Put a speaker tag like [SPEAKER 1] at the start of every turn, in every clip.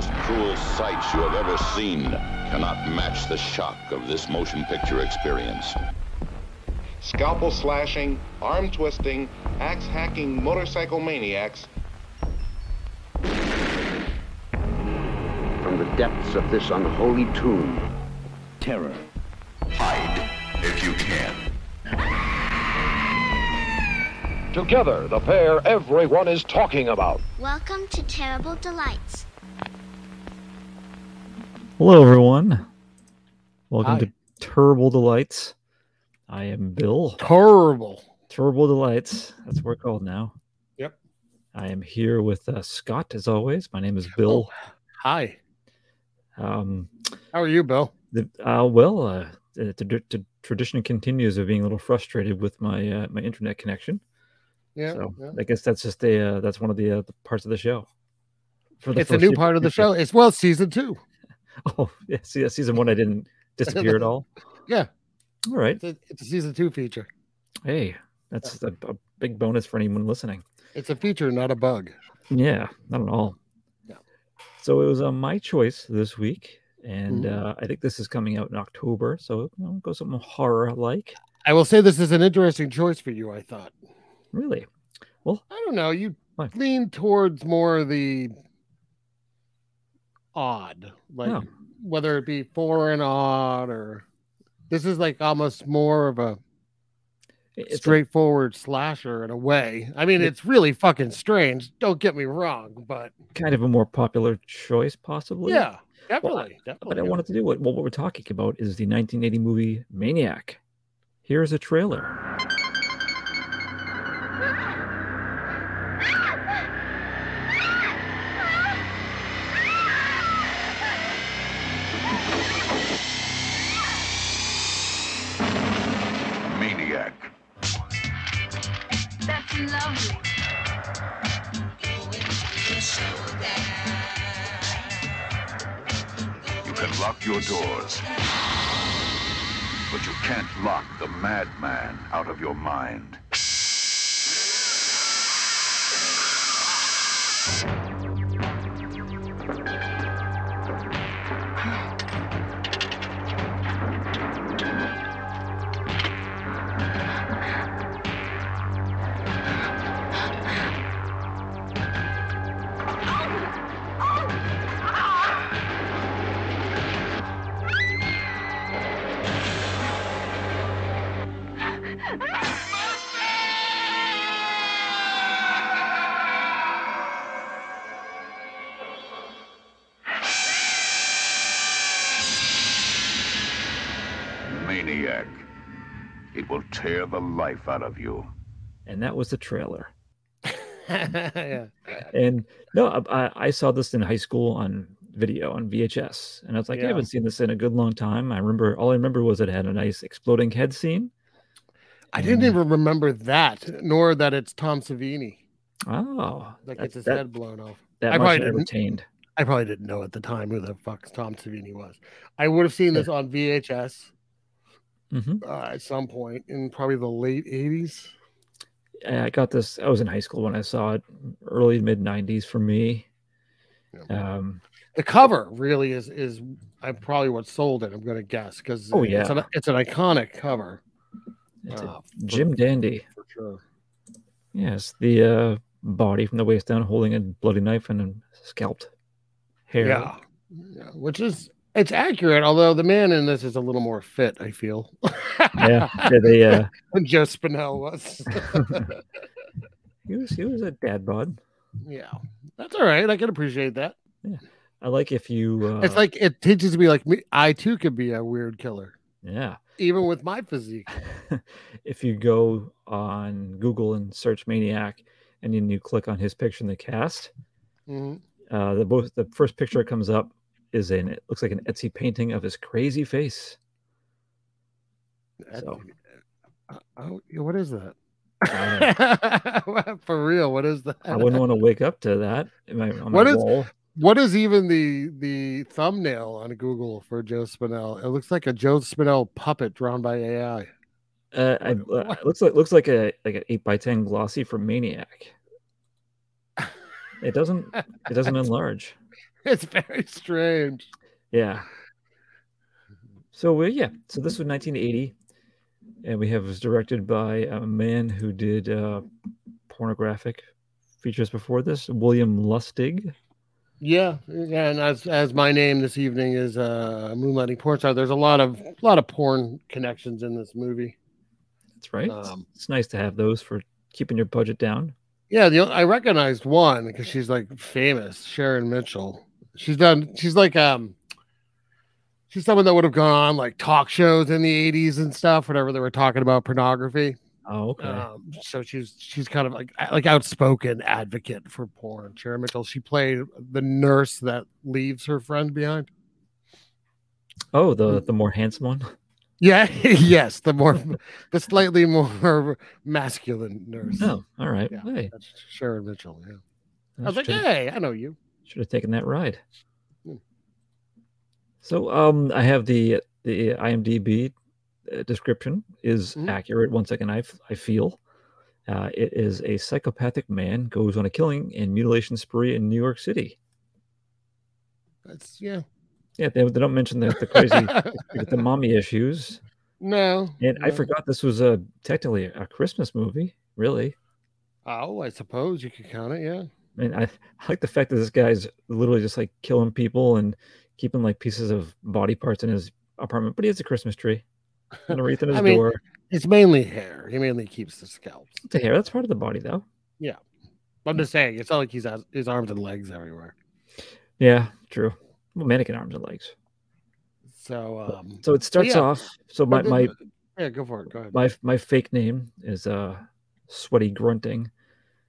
[SPEAKER 1] cruel sights you have ever seen cannot match the shock of this motion picture experience.
[SPEAKER 2] Scalpel slashing, arm twisting, axe hacking motorcycle maniacs.
[SPEAKER 3] From the depths of this unholy tomb, terror.
[SPEAKER 4] Hide if you can.
[SPEAKER 5] Together, the pair everyone is talking about.
[SPEAKER 6] Welcome to Terrible Delights.
[SPEAKER 7] Hello, everyone. Welcome
[SPEAKER 8] Hi.
[SPEAKER 7] to Turbo Delights. I am Bill.
[SPEAKER 8] Terrible.
[SPEAKER 7] Turbo Delights. That's what we're called now.
[SPEAKER 8] Yep.
[SPEAKER 7] I am here with uh, Scott, as always. My name is Bill.
[SPEAKER 8] Hi.
[SPEAKER 7] Um,
[SPEAKER 8] How are you, Bill?
[SPEAKER 7] the, uh, well, uh, the, the- the tradition continues of being a little frustrated with my uh, my internet connection.
[SPEAKER 8] Yeah.
[SPEAKER 7] so
[SPEAKER 8] yeah.
[SPEAKER 7] I guess that's just a uh, that's one of the, uh, the parts of the show. For
[SPEAKER 8] It's a new
[SPEAKER 7] foreseeable
[SPEAKER 8] part of the
[SPEAKER 7] future.
[SPEAKER 8] show. It's well season two.
[SPEAKER 7] Oh, yeah. See, season one, I didn't disappear at all.
[SPEAKER 8] Yeah.
[SPEAKER 7] All right.
[SPEAKER 8] It's a, it's a season two feature.
[SPEAKER 7] Hey, that's a, a big bonus for anyone listening.
[SPEAKER 8] It's a feature, not a bug.
[SPEAKER 7] Yeah, not at all.
[SPEAKER 8] No.
[SPEAKER 7] So it was uh, my choice this week, and
[SPEAKER 8] Mhm.
[SPEAKER 7] uh, I think this is coming out in October. So you know, go something horror like.
[SPEAKER 8] I will say this is an interesting choice for you, I thought.
[SPEAKER 7] Really?
[SPEAKER 8] I don't know. You
[SPEAKER 7] Why?
[SPEAKER 8] lean towards more the odd, like
[SPEAKER 7] Yeah.
[SPEAKER 8] whether it be foreign odd or this is like almost more of a
[SPEAKER 7] It- It's a,
[SPEAKER 8] straightforward slasher in a way. I mean,
[SPEAKER 7] Yeah.
[SPEAKER 8] it's really fucking strange. Don't get me wrong, but
[SPEAKER 7] kind of a more popular choice, possibly.
[SPEAKER 8] yeah, Oh,
[SPEAKER 7] Well,
[SPEAKER 8] definitely.
[SPEAKER 7] I-
[SPEAKER 8] definitely.
[SPEAKER 7] But I wanted to do what well, what we're talking about is the 1980 movie Maniac. Here's a trailer.
[SPEAKER 4] Maniac.
[SPEAKER 9] That's lovely.
[SPEAKER 4] You can lock your doors, but you can't lock the madman out of your mind. Maniac. It will tear the life out of you.
[SPEAKER 7] And that was the trailer.
[SPEAKER 8] yeah.
[SPEAKER 7] And no, I- I, I saw this in high school on video on VHS, and I was like, I
[SPEAKER 8] Yeah.
[SPEAKER 7] haven't seen this in a good long time. I remember all I remember was it had a nice exploding head scene.
[SPEAKER 8] I didn't
[SPEAKER 7] Yeah.
[SPEAKER 8] even remember that, nor that it's Tom Savini
[SPEAKER 7] Oh,
[SPEAKER 8] that
[SPEAKER 7] that,
[SPEAKER 8] gets his
[SPEAKER 7] that-
[SPEAKER 8] head blown off.
[SPEAKER 7] that much
[SPEAKER 8] I probably
[SPEAKER 7] I
[SPEAKER 8] didn't.
[SPEAKER 7] retained.
[SPEAKER 8] I probably didn't know at the time who the fuck Tom Savini was. I would have seen this on VHS
[SPEAKER 7] Mhm.
[SPEAKER 8] uh, at some point in probably the late 80s.
[SPEAKER 7] And I got this. I was in high school when I saw it, early mid '90s for me. Um,
[SPEAKER 8] The cover really is is I probably what sold it. I'm gonna guess because
[SPEAKER 7] Oh,
[SPEAKER 8] it's
[SPEAKER 7] yeah.
[SPEAKER 8] an, it's an iconic cover.
[SPEAKER 7] it's a-
[SPEAKER 8] Uh,
[SPEAKER 7] Jim Dandy,
[SPEAKER 8] for sure.
[SPEAKER 7] yes, the uh, body from the waist down, holding a bloody knife and a scalped hair.
[SPEAKER 8] Yeah. yeah, which is it's accurate, although the man in this is a little more fit. I feel.
[SPEAKER 7] yeah, yeah, they, uh,
[SPEAKER 8] than Joe Spinell was.
[SPEAKER 7] he was he was a dad bod.
[SPEAKER 8] yeah, that's all right. I can appreciate that.
[SPEAKER 7] I like if you. Uh,
[SPEAKER 8] it's like it teaches me like me. I too could be a weird killer,
[SPEAKER 7] yeah.
[SPEAKER 8] even with my physique.
[SPEAKER 7] if you go on Google and search Maniac, and then you click on his picture in the cast,
[SPEAKER 8] Mhm.
[SPEAKER 7] uh, the both the first picture that comes up is in it looks like an Etsy painting of his crazy face.
[SPEAKER 8] That's-
[SPEAKER 7] So.
[SPEAKER 8] Uh, oh, yeah, what is that?
[SPEAKER 7] I
[SPEAKER 8] For real, what is that?
[SPEAKER 7] I wouldn't want to wake up to that. In my, on my
[SPEAKER 8] What is-
[SPEAKER 7] wall.
[SPEAKER 8] What is even the the thumbnail on Google for Joe Spinell? It looks like a Joe Spinell puppet drawn by AI.
[SPEAKER 7] Uh, I,
[SPEAKER 8] what-
[SPEAKER 7] uh, looks like looks like a like an eight by ten glossy from Maniac. It doesn't it doesn't enlarge.
[SPEAKER 8] It's very strange.
[SPEAKER 7] Yeah. So uh, yeah, so this
[SPEAKER 8] Mm-hmm.
[SPEAKER 7] was 1980, and we have it was directed by a man who did uh, pornographic features before this, William Lustig.
[SPEAKER 8] Yeah, yeah, and as as my name this evening is uh, Moonlighting Porn Star, there's a lot of a lot of porn connections in this movie.
[SPEAKER 7] That's right.
[SPEAKER 8] Um,
[SPEAKER 7] it's nice to have those for keeping your budget down.
[SPEAKER 8] Yeah, the, I recognized one because she's like famous, Sharon Mitchell. She's done. She's like um, she's someone that would have gone on like talk shows in the '80s and stuff, whenever they were talking about pornography.
[SPEAKER 7] Oh, okay.
[SPEAKER 8] Um, so she's she's kind of like like outspoken advocate for porn. Sharon Mitchell. She played the nurse that leaves her friend behind.
[SPEAKER 7] oh, the
[SPEAKER 8] mm-hmm.
[SPEAKER 7] the more handsome one.
[SPEAKER 8] Yeah, yes, the more the slightly more masculine nurse.
[SPEAKER 7] Oh, all right.
[SPEAKER 8] Yeah.
[SPEAKER 7] Hey,
[SPEAKER 8] That's Sharon Mitchell. Yeah.
[SPEAKER 7] I
[SPEAKER 8] I was like,
[SPEAKER 7] should've-
[SPEAKER 8] hey, I know you.
[SPEAKER 7] should have taken that ride.
[SPEAKER 8] Hmm.
[SPEAKER 7] So um, I have the the IMDb uh, description is
[SPEAKER 8] Mhm.
[SPEAKER 7] accurate. Once again, I f- I feel uh, it is a psychopathic man goes on a killing and mutilation spree in New York City.
[SPEAKER 8] That's yeah.
[SPEAKER 7] Yeah, they, they don't mention the, the crazy with the mommy issues,
[SPEAKER 8] no.
[SPEAKER 7] and I
[SPEAKER 8] no.
[SPEAKER 7] forgot this was a technically a Christmas movie. Really,
[SPEAKER 8] Oh, I suppose you could count it. Yeah.
[SPEAKER 7] I mean, I, I like the fact that this guy's literally just like killing people and keeping like pieces of body parts in his apartment, but he has a Christmas tree. And a wreath in his
[SPEAKER 8] I mean,
[SPEAKER 7] door.
[SPEAKER 8] It's mainly hair. He mainly keeps the scalps.
[SPEAKER 7] It's a hair. That's part of the body, though.
[SPEAKER 8] I'm just saying, it's not like he's has his arms and legs everywhere.
[SPEAKER 7] Yeah, true. Well, mannequin arms and legs.
[SPEAKER 8] So, um,
[SPEAKER 7] So it starts
[SPEAKER 8] yeah.
[SPEAKER 7] off. So my
[SPEAKER 8] but
[SPEAKER 7] my
[SPEAKER 8] the- yeah, go for it. Go ahead.
[SPEAKER 7] my my fake name is uh sweaty grunting.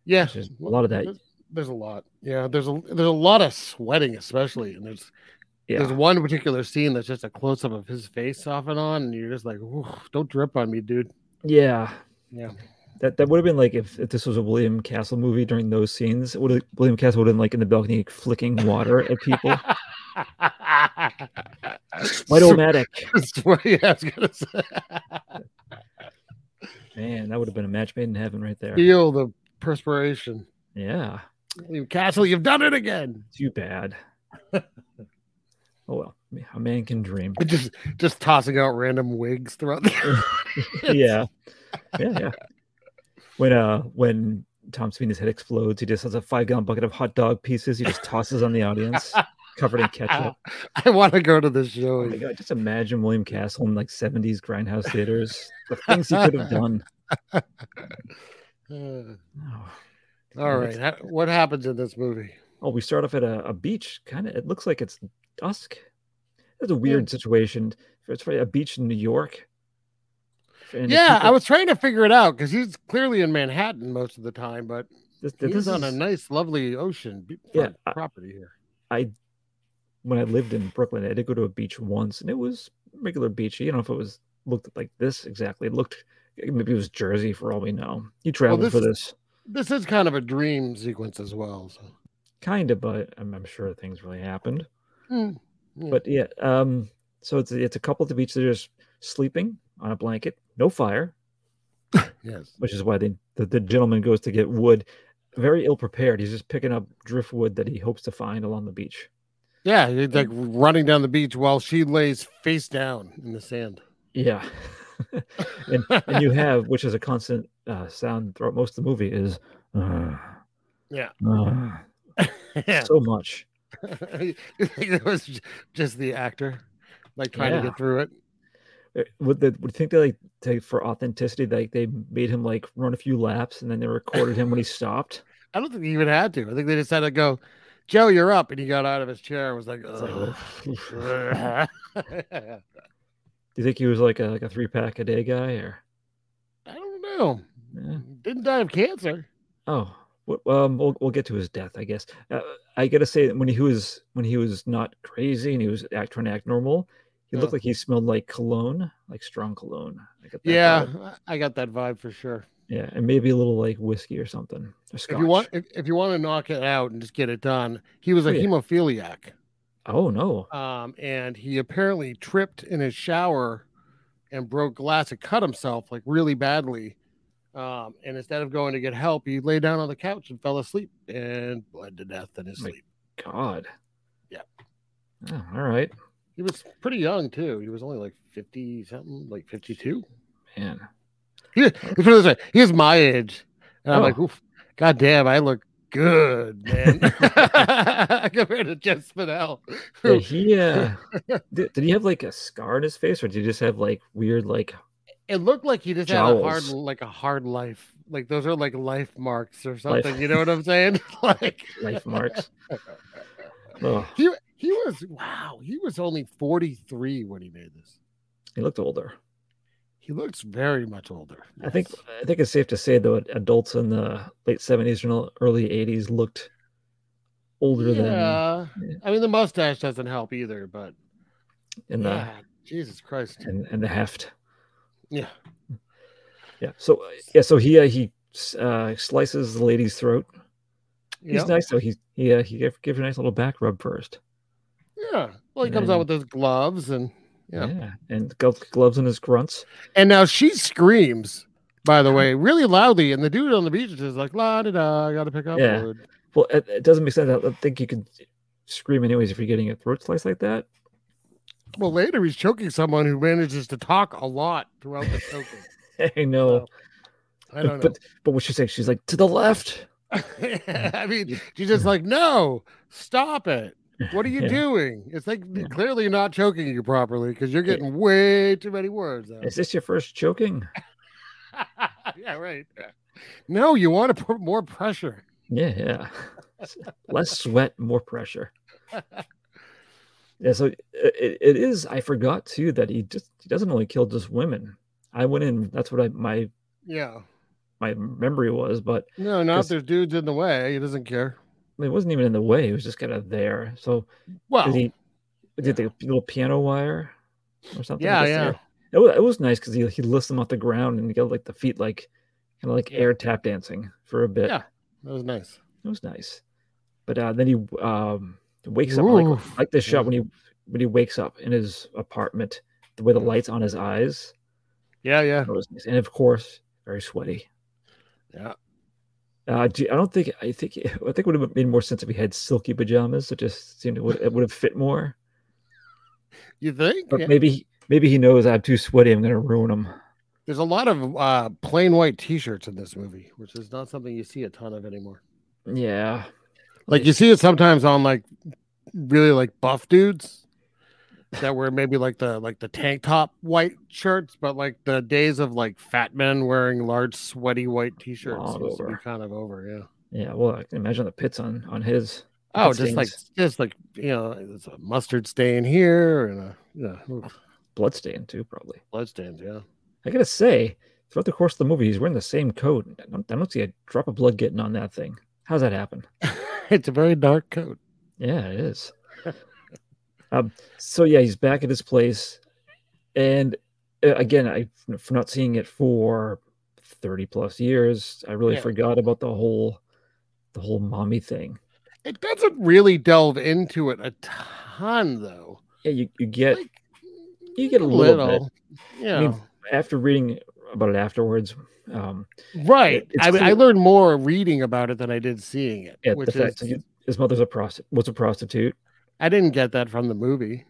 [SPEAKER 8] yeah,
[SPEAKER 7] there's a lot of that.
[SPEAKER 8] There's, there's a lot. Yeah, there's a there's a lot of sweating, especially, and there's
[SPEAKER 7] Yeah,
[SPEAKER 8] there's one particular scene that's just a close up of his face off and on, and you're just like, "Ooh, don't drip on me, dude.
[SPEAKER 7] yeah.
[SPEAKER 8] Yeah.
[SPEAKER 7] That that would have been like if, if this was a William Castle movie during those scenes. Would have- William Castle would have been like in the balcony like, flicking water at people? White old Matic.
[SPEAKER 8] yeah, I was gonna say.
[SPEAKER 7] Man, that would have been a match made in heaven right there.
[SPEAKER 8] Feel the perspiration.
[SPEAKER 7] Yeah.
[SPEAKER 8] You Castle, you've done it again.
[SPEAKER 7] Too bad. oh well, a man can dream.
[SPEAKER 8] Just just tossing out random wigs throughout the
[SPEAKER 7] yeah, yeah, yeah. When uh, when Tom Sweeney's head explodes, he just has a five gallon bucket of hot dog pieces. He just tosses on the audience, covered in ketchup.
[SPEAKER 8] I want to go to this show.
[SPEAKER 7] Oh my god! Just imagine William Castle in like seventies grindhouse theaters. The things he could have done.
[SPEAKER 8] Uh,
[SPEAKER 7] Oh.
[SPEAKER 8] all right. ha- What happens in this movie?
[SPEAKER 7] Oh, we start off at a, a beach. Kind of. It looks like it's dusk. That's a weird situation. It's probably a beach in New York. And the
[SPEAKER 8] yeah, I
[SPEAKER 7] people-
[SPEAKER 8] was trying to figure it out because he's clearly in Manhattan most of the time, but
[SPEAKER 7] This, this
[SPEAKER 8] he's on a
[SPEAKER 7] is-
[SPEAKER 8] nice, lovely ocean be-
[SPEAKER 7] Yeah,
[SPEAKER 8] front
[SPEAKER 7] I-
[SPEAKER 8] property here.
[SPEAKER 7] I when I lived in Brooklyn, I did go to a beach once, and it was regular beach. You know, if it was looked like this exactly, it looked maybe it was Jersey for all we know. You traveled for this
[SPEAKER 8] This is kind of a dream sequence as well. So.
[SPEAKER 7] kind of, but I'm, I'm sure things really happened.
[SPEAKER 8] Hmm,
[SPEAKER 7] Mm,
[SPEAKER 8] yeah.
[SPEAKER 7] But yeah, um, so it's it's a couple at the beach. They're just sleeping on a blanket, no fire,
[SPEAKER 8] yes,
[SPEAKER 7] which is why they, the the gentleman goes to get wood. Very ill prepared. He's just picking up driftwood that he hopes to find along the beach.
[SPEAKER 8] yeah, he's like running down the beach while she lays face down in the sand.
[SPEAKER 7] Yeah. and, and you have, which is a constant uh, sound throughout most of the movie, is uh,
[SPEAKER 8] Yeah.
[SPEAKER 7] uh,
[SPEAKER 8] yeah,
[SPEAKER 7] so much.
[SPEAKER 8] you think that was j- just the actor like trying to
[SPEAKER 7] Yeah.
[SPEAKER 8] get through it?
[SPEAKER 7] Uh, Would they would you think they like they, for authenticity, like they made him like run a few laps and then they recorded him when he stopped?
[SPEAKER 8] I don't think he even had to. I think they just had to go, Joe, you're up, and he got out of his chair and was like,
[SPEAKER 7] It's like,
[SPEAKER 8] "Ugh."
[SPEAKER 7] oof. do
[SPEAKER 8] I
[SPEAKER 7] you think he was like a, like a three pack a day guy or?
[SPEAKER 8] don't know.
[SPEAKER 7] Yeah.
[SPEAKER 8] Didn't die of cancer.
[SPEAKER 7] Oh, w- um, we'll we'll get to his death, I guess. Uh, I gotta say, that when he was when he was not crazy and he was act, trying to act normal, he
[SPEAKER 8] Yeah.
[SPEAKER 7] looked like he smelled like cologne, like strong cologne. I got that
[SPEAKER 8] Yeah,
[SPEAKER 7] vibe.
[SPEAKER 8] I I got that vibe for sure.
[SPEAKER 7] yeah, and maybe a little like whiskey or something. Or
[SPEAKER 8] If you want,
[SPEAKER 7] scotch.
[SPEAKER 8] if, if you want to knock it out and just get it done, he was a
[SPEAKER 7] Oh, yeah.
[SPEAKER 8] hemophiliac,
[SPEAKER 7] Oh no!
[SPEAKER 8] um, and he apparently tripped in his shower and broke glass and cut himself like really badly. Um, and instead of going to get help, he lay down on the couch and fell asleep and bled to death in his
[SPEAKER 7] My
[SPEAKER 8] sleep.
[SPEAKER 7] God, Oh, all right,
[SPEAKER 8] He was pretty young too. He was only like fifty something, like fifty-two.
[SPEAKER 7] man.
[SPEAKER 8] He, let's put it this way: he was my age, and I'm
[SPEAKER 7] Oh.
[SPEAKER 8] like, Oof, God damn, I look good, man, compared to Jeff Spinell.
[SPEAKER 7] Yeah, he uh, did, did he have like a scar on his face, or did he just have like weird like?
[SPEAKER 8] It looked like he just had a hard,
[SPEAKER 7] Jowls.
[SPEAKER 8] like a hard life. Like those are like life marks or
[SPEAKER 7] Life-
[SPEAKER 8] something. You know what I'm saying? like
[SPEAKER 7] life marks. Oh,
[SPEAKER 8] he he was wow. He was only 43 when he made this.
[SPEAKER 7] he looked older.
[SPEAKER 8] He looks very much older.
[SPEAKER 7] I think
[SPEAKER 8] Yes.
[SPEAKER 7] I think it's safe to say though, adults in the late seventies and early eighties looked older
[SPEAKER 8] Yeah.
[SPEAKER 7] yeah.
[SPEAKER 8] I mean, the mustache doesn't help either, but
[SPEAKER 7] than in the
[SPEAKER 8] yeah, Jesus Christ.
[SPEAKER 7] in, in the heft.
[SPEAKER 8] Yeah.
[SPEAKER 7] Yeah. So uh, yeah, so he uh, he uh, slices the lady's throat. He's
[SPEAKER 8] Yeah.
[SPEAKER 7] nice though. He he uh, he gave, gave her a nice little back rub first.
[SPEAKER 8] Yeah. Well, he comes out with those gloves and Yeah.
[SPEAKER 7] And glo- gloves and his grunts.
[SPEAKER 8] and now she screams, by the way, really loudly. And the dude on the beach is just like, la da da, I gotta pick up
[SPEAKER 7] Yeah.
[SPEAKER 8] wood.
[SPEAKER 7] Well, it, it doesn't make sense. I don't think you could scream anyways if you're getting a throat slice like that.
[SPEAKER 8] Well, later he's choking someone who manages to talk a lot throughout the choking.
[SPEAKER 7] I know.
[SPEAKER 8] Wow. I don't know.
[SPEAKER 7] But but what she's saying, she's like to the left.
[SPEAKER 8] I mean, she's just like, no, stop it. What are you
[SPEAKER 7] Yeah.
[SPEAKER 8] doing? It's like
[SPEAKER 7] Yeah.
[SPEAKER 8] clearly not choking you properly because you're getting way too many words. out.
[SPEAKER 7] Is this your first choking?
[SPEAKER 8] yeah, right. No, you want to put more pressure.
[SPEAKER 7] Yeah, yeah. S- Less sweat, more pressure. Yeah, so it, it, it is. I forgot too that he just he doesn't only kill just women. I went in. That's what I my
[SPEAKER 8] Yeah.
[SPEAKER 7] my memory was, but
[SPEAKER 8] No, not if
[SPEAKER 7] Just-
[SPEAKER 8] there's dudes in the way. He doesn't care.
[SPEAKER 7] it wasn't even in the way. It was just kind of there. So
[SPEAKER 8] Well,
[SPEAKER 7] did he did the little piano wire or something?
[SPEAKER 8] Yeah,
[SPEAKER 7] just
[SPEAKER 8] yeah.
[SPEAKER 7] there? It was, it was nice because he he lifts them off the ground and he got like the feet like kind of like
[SPEAKER 8] Yeah.
[SPEAKER 7] air tap dancing for a bit.
[SPEAKER 8] Yeah. that was nice.
[SPEAKER 7] It was nice. But uh, then he um, wakes up. I like,
[SPEAKER 8] Oof.
[SPEAKER 7] I like this shot when he when he wakes up in his apartment, the way the lights on his eyes.
[SPEAKER 8] Yeah, yeah.
[SPEAKER 7] That was nice. And of course, very sweety.
[SPEAKER 8] Yeah.
[SPEAKER 7] Uh, do, I don't think I think I think it would have made more sense if he had silky pajamas. It just seemed it would, it would have fit more.
[SPEAKER 8] You think?
[SPEAKER 7] But
[SPEAKER 8] Yeah.
[SPEAKER 7] maybe maybe he knows I'm too sweaty. I'm going to ruin him.
[SPEAKER 8] There's a lot of uh, plain white t shirts in this movie, which is not something you see a ton of anymore.
[SPEAKER 7] Yeah.
[SPEAKER 8] Like you see it sometimes on like really like buff dudes that wear maybe like the like the tank top white shirts, but like the days of like fat men wearing large sweaty white t-shirts
[SPEAKER 7] Long
[SPEAKER 8] seems to be
[SPEAKER 7] over.
[SPEAKER 8] kind of over, yeah.
[SPEAKER 7] Yeah. Well, I can imagine the pits on on his.
[SPEAKER 8] Oh,
[SPEAKER 7] Blood
[SPEAKER 8] just like just like you know, there's a mustard stain here and a yeah, ooh,
[SPEAKER 7] blood stain too, probably.
[SPEAKER 8] blood stains, yeah.
[SPEAKER 7] I gotta say, throughout the course of the movie, he's wearing the same coat. I don't, I don't see a drop of blood getting on that thing. How's that happen?
[SPEAKER 8] it's a very dark coat.
[SPEAKER 7] Yeah, it is. um, so yeah, he's back at his place, and uh, again, I for not seeing it for thirty plus years, I really
[SPEAKER 8] Yeah.
[SPEAKER 7] forgot about the whole, the whole mommy thing.
[SPEAKER 8] It doesn't really delve into it a ton though.
[SPEAKER 7] Yeah, you, you get
[SPEAKER 8] Like,
[SPEAKER 7] you get a little bit.
[SPEAKER 8] Yeah.
[SPEAKER 7] I mean, after reading about it afterwards. Um,
[SPEAKER 8] Right.
[SPEAKER 7] It's
[SPEAKER 8] I mean, I
[SPEAKER 7] clear.
[SPEAKER 8] learned more reading about it than I did seeing it,
[SPEAKER 7] yeah, the
[SPEAKER 8] which
[SPEAKER 7] fact
[SPEAKER 8] is
[SPEAKER 7] that his mother's a prostitute was a prostitute.
[SPEAKER 8] I didn't get that from the movie.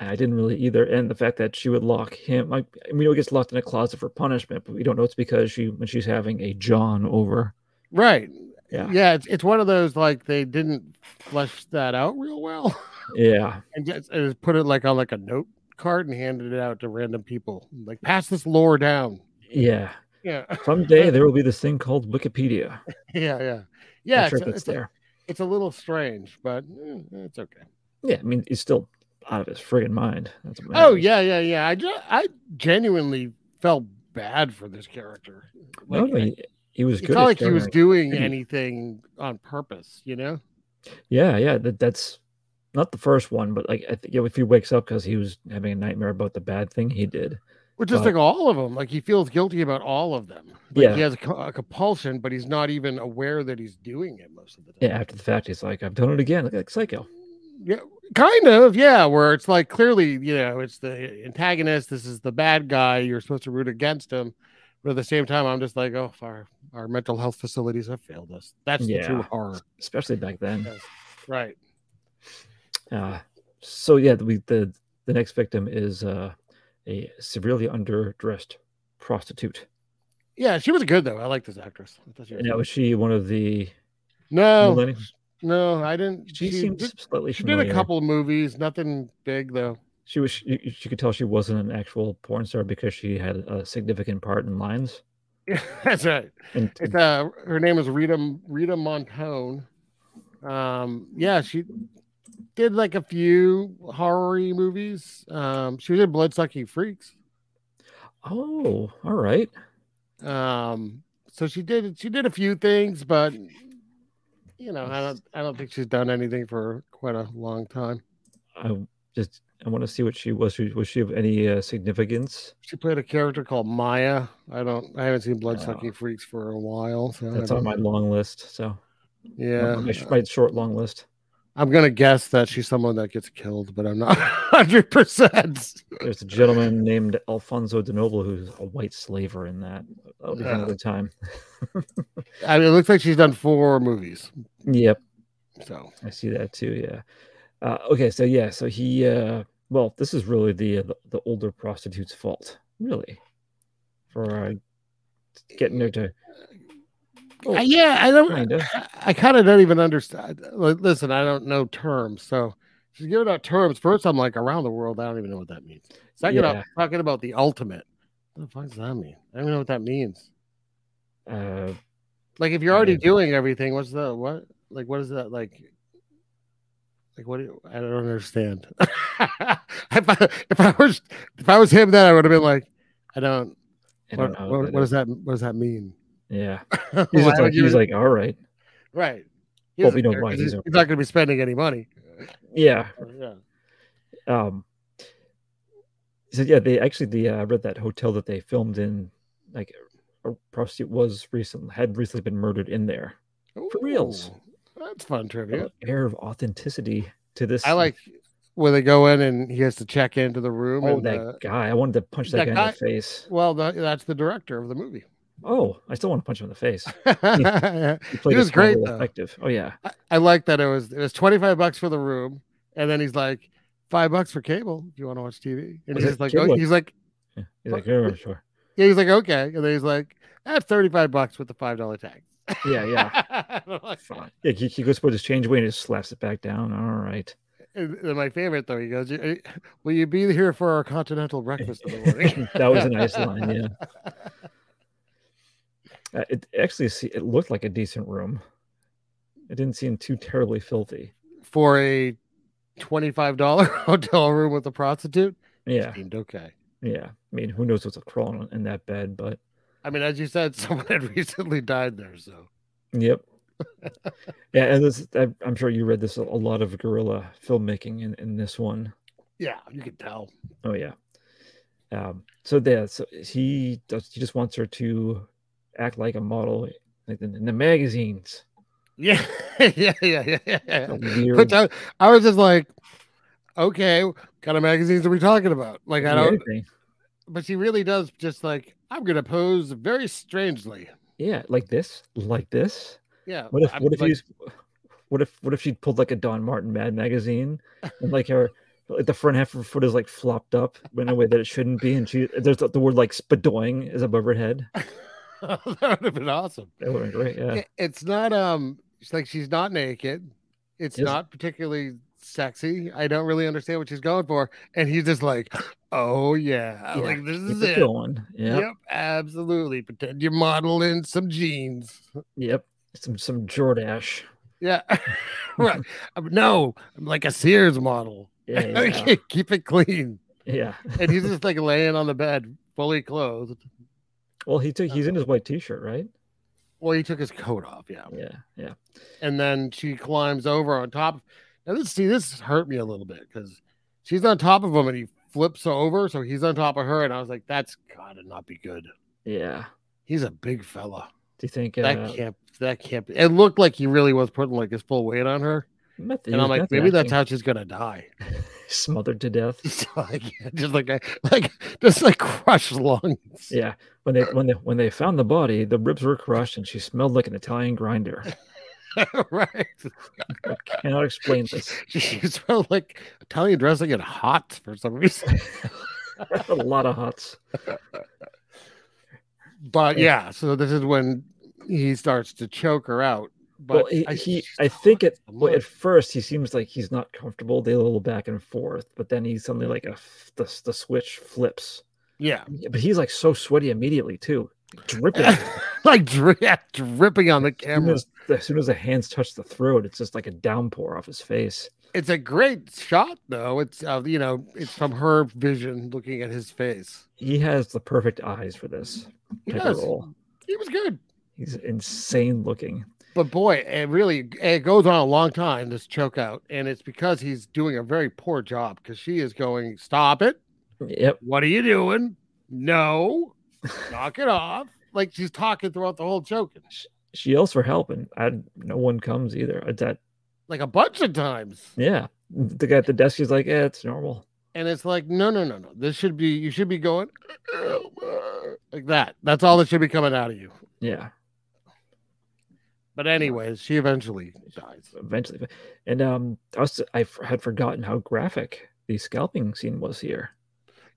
[SPEAKER 7] I didn't really either. And the fact that she would lock him, like we know he gets locked in a closet for punishment, but we don't know it's because she when she's having a John over.
[SPEAKER 8] Right.
[SPEAKER 7] Yeah.
[SPEAKER 8] Yeah, it's, it's one of those like they didn't flesh that out real well
[SPEAKER 7] Yeah.
[SPEAKER 8] and just, and just put it like on like a note card and handed it out to random people. Like pass this lore down.
[SPEAKER 7] Yeah.
[SPEAKER 8] Yeah.
[SPEAKER 7] Someday there will be this thing called Wikipedia.
[SPEAKER 8] yeah, yeah.
[SPEAKER 7] Yeah,
[SPEAKER 8] Yeah,
[SPEAKER 7] sure
[SPEAKER 8] it's,
[SPEAKER 7] if
[SPEAKER 8] it's,
[SPEAKER 7] it's
[SPEAKER 8] a,
[SPEAKER 7] there.
[SPEAKER 8] it's a little strange, but eh, it's okay.
[SPEAKER 7] Yeah, I mean he's still out of his friggin' mind. That's what
[SPEAKER 8] Oh
[SPEAKER 7] matters.
[SPEAKER 8] yeah, yeah, yeah. I ju- I genuinely felt bad for this character.
[SPEAKER 7] No, no,
[SPEAKER 8] I-
[SPEAKER 7] he, he was
[SPEAKER 8] It's
[SPEAKER 7] good.
[SPEAKER 8] not
[SPEAKER 7] at
[SPEAKER 8] like he was
[SPEAKER 7] doing
[SPEAKER 8] doing
[SPEAKER 7] Mhm.
[SPEAKER 8] anything on purpose, you know?
[SPEAKER 7] it. Yeah, yeah. That, that's not the first one, but like I think you know, if he wakes up because he was having a nightmare about the bad thing he did.
[SPEAKER 8] Which is
[SPEAKER 7] Right.
[SPEAKER 8] like all of them. Like he feels guilty about all of them. Like
[SPEAKER 7] Yeah.
[SPEAKER 8] he has a, co- a compulsion, but he's not even aware that he's doing it most of the time.
[SPEAKER 7] Yeah, after the fact, he's like, I've done it again, like psycho.
[SPEAKER 8] Yeah, kind of. Yeah, where it's like clearly, you know, it's the antagonist. This is the bad guy. You're supposed to root against him, but at the same time, I'm just like, oh, our our mental health facilities have failed us. That's the true
[SPEAKER 7] Yeah.
[SPEAKER 8] horror.
[SPEAKER 7] Especially back then.
[SPEAKER 8] Yes. Right.
[SPEAKER 7] Uh, so yeah, we, the the next victim is uh, a severely underdressed prostitute.
[SPEAKER 8] Yeah, she was good though. I like this actress. I thought she was
[SPEAKER 7] And that was she one of the
[SPEAKER 8] no,
[SPEAKER 7] millennium-
[SPEAKER 8] no, I didn't.
[SPEAKER 7] She, seemed
[SPEAKER 8] did,
[SPEAKER 7] slightly
[SPEAKER 8] she did
[SPEAKER 7] familiar.
[SPEAKER 8] a couple of movies, nothing big though.
[SPEAKER 7] She was she, she could tell she wasn't an actual porn star because she had a significant part in lines.
[SPEAKER 8] Yeah, that's right.
[SPEAKER 7] And
[SPEAKER 8] It's uh, her name is Rita Rita Montone. Um, yeah, she did like a few horror movies. Um, she did Bloodsucking Freaks.
[SPEAKER 7] oh, all right.
[SPEAKER 8] Um, so she did she did a few things, but you know, I don't I don't think she's done anything for quite a long time.
[SPEAKER 7] I just I want to see what she was. Was she of any uh, significance?
[SPEAKER 8] She played a character called Maya. I don't I haven't seen Bloodsucking Freaks for a while. So I
[SPEAKER 7] That's on
[SPEAKER 8] don't-
[SPEAKER 7] my long list. So
[SPEAKER 8] yeah.
[SPEAKER 7] my, my short long list.
[SPEAKER 8] I'm gonna guess that she's someone that gets killed, but I'm not hundred percent.
[SPEAKER 7] There's a gentleman named Alfonso de Noble who's a white slaver in that. That'll be
[SPEAKER 8] Yeah.
[SPEAKER 7] another time.
[SPEAKER 8] I mean, it looks like she's done four movies.
[SPEAKER 7] Yep.
[SPEAKER 8] So
[SPEAKER 7] I see that too. Yeah. Uh, okay. So yeah. So he. Uh, well, this is really the, uh, the the older prostitute's fault, really, for uh, getting her to. Oh,
[SPEAKER 8] I- yeah, I don't.
[SPEAKER 7] Kinda.
[SPEAKER 8] I, kind of don't even understand. Li- Listen, I don't know terms, so she's giving out terms. First, I'm like around the world. I don't even know what that means. Second,
[SPEAKER 7] Yeah.
[SPEAKER 8] I'm talking about the ultimate. What the fuck does that mean? I don't even know what that means.
[SPEAKER 7] Uh,
[SPEAKER 8] Like, if you're already
[SPEAKER 7] Yeah.
[SPEAKER 8] doing everything, what's the what? Like, what is that like? Like, what? Do you, I don't understand. if I if I was if I was him, then I would have been like, I don't.
[SPEAKER 7] I
[SPEAKER 8] What,
[SPEAKER 7] don't know.
[SPEAKER 8] what,
[SPEAKER 7] that
[SPEAKER 8] what
[SPEAKER 7] is-
[SPEAKER 8] does that What does that mean?
[SPEAKER 7] Yeah.
[SPEAKER 8] Why
[SPEAKER 7] He's, just
[SPEAKER 8] would
[SPEAKER 7] like,
[SPEAKER 8] you-
[SPEAKER 7] he's like, all right.
[SPEAKER 8] right. He
[SPEAKER 7] Well,
[SPEAKER 8] doesn't
[SPEAKER 7] we know
[SPEAKER 8] care,
[SPEAKER 7] why
[SPEAKER 8] 'cause
[SPEAKER 7] he's
[SPEAKER 8] he's,
[SPEAKER 7] doing
[SPEAKER 8] he's not going to be spending any money.
[SPEAKER 7] Yeah.
[SPEAKER 8] Yeah.
[SPEAKER 7] Um. So yeah, they actually the uh, I read that hotel that they filmed in, like a prostitute was recently had recently been murdered in there. For Oh, reals.
[SPEAKER 8] Ooh, That's fun trivia.
[SPEAKER 7] An Air of authenticity to this.
[SPEAKER 8] I like where they go in and he has to check into the room.
[SPEAKER 7] Oh,
[SPEAKER 8] and,
[SPEAKER 7] that
[SPEAKER 8] uh,
[SPEAKER 7] guy! I wanted to punch that,
[SPEAKER 8] that
[SPEAKER 7] guy,
[SPEAKER 8] guy-
[SPEAKER 7] in the face.
[SPEAKER 8] well, tha- that's the director of the movie.
[SPEAKER 7] Oh, I still want to punch him in the face.
[SPEAKER 8] I,
[SPEAKER 7] He played
[SPEAKER 8] was
[SPEAKER 7] us really
[SPEAKER 8] great, though.
[SPEAKER 7] effective. Oh yeah,
[SPEAKER 8] I like that it was it was twenty five bucks for the room, and then he's like five bucks for cable if you want to watch TV. And
[SPEAKER 7] Was
[SPEAKER 8] he's
[SPEAKER 7] it
[SPEAKER 8] like,
[SPEAKER 7] cable?
[SPEAKER 8] oh, he's like,
[SPEAKER 7] Yeah. he's like, yeah, sure.
[SPEAKER 8] yeah, he's like, okay, and then he's like, that's thirty five bucks with the five dollar tag.
[SPEAKER 7] Yeah, yeah.
[SPEAKER 8] I'm like,
[SPEAKER 7] Fine. Yeah, he, he goes to put his change away and just slaps it back down. All right.
[SPEAKER 8] And and my favorite though, he goes, "You- eh, "Will you be here for our continental breakfast in the morning?"
[SPEAKER 7] that was a nice line. Yeah. Uh, it actually se- it looked like a decent room. It didn't seem too terribly filthy.
[SPEAKER 8] For a twenty-five dollar hotel room with a prostitute,
[SPEAKER 7] Yeah,
[SPEAKER 8] seemed okay.
[SPEAKER 7] yeah. I mean, who knows what's crawling in that bed? But
[SPEAKER 8] I mean, as you said, someone had recently died there, so
[SPEAKER 7] yep. yeah, and this I, I'm sure you read this a, a lot of guerrilla filmmaking in, in this one.
[SPEAKER 8] yeah, you could tell.
[SPEAKER 7] Oh yeah. Um, so there, so he does, he just wants her to act like a model, like in, in the magazines.
[SPEAKER 8] Yeah, yeah, yeah, yeah. yeah, yeah.
[SPEAKER 7] Weird.
[SPEAKER 8] Which I, I was just like, okay, what kind of magazines are we talking about? Like, I don't.
[SPEAKER 7] weird thing.
[SPEAKER 8] But she really does just like I'm gonna pose very strangely.
[SPEAKER 7] Yeah, like this, like this.
[SPEAKER 8] Yeah.
[SPEAKER 7] Uh, What if
[SPEAKER 8] I'm
[SPEAKER 7] what if
[SPEAKER 8] like-
[SPEAKER 7] you what if what if she pulled like a Don Martin Mad magazine and like her like the front half of her foot is like flopped up in a way that it shouldn't be and she there's the, the word like spadoing is above her head.
[SPEAKER 8] that would have been awesome.
[SPEAKER 7] That would be great. Yeah.
[SPEAKER 8] It- It's not um it's like she's not naked. It's
[SPEAKER 7] Yes.
[SPEAKER 8] not particularly sexy. I don't really understand what she's going for. And he's just like, Oh yeah,
[SPEAKER 7] Yeah,
[SPEAKER 8] like this
[SPEAKER 7] Keep
[SPEAKER 8] is
[SPEAKER 7] it
[SPEAKER 8] it.
[SPEAKER 7] going. Yep. Yep.
[SPEAKER 8] Yep, absolutely. Pretend you're modeling some jeans.
[SPEAKER 7] Some some Jordash.
[SPEAKER 8] Yeah. right. I'm, no, I'm like a Sears model.
[SPEAKER 7] Yeah. Yeah.
[SPEAKER 8] Okay, Keep it clean.
[SPEAKER 7] yeah.
[SPEAKER 8] And he's just like laying on the bed, fully clothed.
[SPEAKER 7] Well, he took he's in
[SPEAKER 8] Uh-huh.
[SPEAKER 7] his white t-shirt, right?
[SPEAKER 8] Well, he took his coat off, yeah.
[SPEAKER 7] Yeah. Yeah.
[SPEAKER 8] and then she climbs over on top. Now this see this hurt me a little bit because she's on top of him and he flips over, so he's on top of her, and I was like, "That's gotta not be good."
[SPEAKER 7] Yeah.
[SPEAKER 8] He's a big fella.
[SPEAKER 7] Do you think
[SPEAKER 8] That
[SPEAKER 7] uh,
[SPEAKER 8] can't. That can't. Be. It looked like he really was putting like his full weight on her,
[SPEAKER 7] method,
[SPEAKER 8] and I'm
[SPEAKER 7] used
[SPEAKER 8] like,
[SPEAKER 7] method
[SPEAKER 8] maybe that's
[SPEAKER 7] acting,
[SPEAKER 8] how she's gonna die.
[SPEAKER 7] smothered to death.
[SPEAKER 8] Just like, just like, a- like, just like crushed lungs.
[SPEAKER 7] Yeah,
[SPEAKER 8] Uh,
[SPEAKER 7] when they when they when they found the body, the ribs were crushed, and she smelled like an Italian grinder.
[SPEAKER 8] right.
[SPEAKER 7] Cannot explain this.
[SPEAKER 8] She's wearing like Italian dressing and hot for some reason.
[SPEAKER 7] a lot of hots.
[SPEAKER 8] But yeah, so this is when he starts to choke her out. But
[SPEAKER 7] well, he,
[SPEAKER 8] I-
[SPEAKER 7] he,
[SPEAKER 8] she's
[SPEAKER 7] I think at,
[SPEAKER 8] I'm
[SPEAKER 7] well,
[SPEAKER 8] not-
[SPEAKER 7] at first he seems like he's not comfortable. They little back and forth, but then he suddenly like a, f- the, the switch flips.
[SPEAKER 8] yeah,
[SPEAKER 7] But he's like so sweaty immediately too, dripping.
[SPEAKER 8] like dri- yeah, dripping on the
[SPEAKER 7] as, soon
[SPEAKER 8] camera.
[SPEAKER 7] as, as soon as the hands touch the throat, it's just like a downpour off his face.
[SPEAKER 8] It's a great shot though. It's uh, you know, it's from her vision looking at his face.
[SPEAKER 7] He has the perfect eyes for this
[SPEAKER 8] He
[SPEAKER 7] type
[SPEAKER 8] does.
[SPEAKER 7] of role.
[SPEAKER 8] He was good.
[SPEAKER 7] He's insane looking.
[SPEAKER 8] But boy, it really it goes on a long time this choke out, and it's because he's doing a very poor job because she is going, "Stop it!
[SPEAKER 7] Yep.
[SPEAKER 8] What are you doing? No, knock it off!" Like she's talking throughout the whole choke,
[SPEAKER 7] She yells for help, and I, no one comes either. I- That
[SPEAKER 8] like a bunch of times,
[SPEAKER 7] yeah. The guy at the desk is like, "Yeah, it's normal."
[SPEAKER 8] and it's like, "No, no, no, no! This should be you should be going like that. That's all that should be coming out of you."
[SPEAKER 7] Yeah.
[SPEAKER 8] But anyways, she eventually dies.
[SPEAKER 7] eventually. And um, I, was, I f- had forgotten how graphic the scalping scene was here.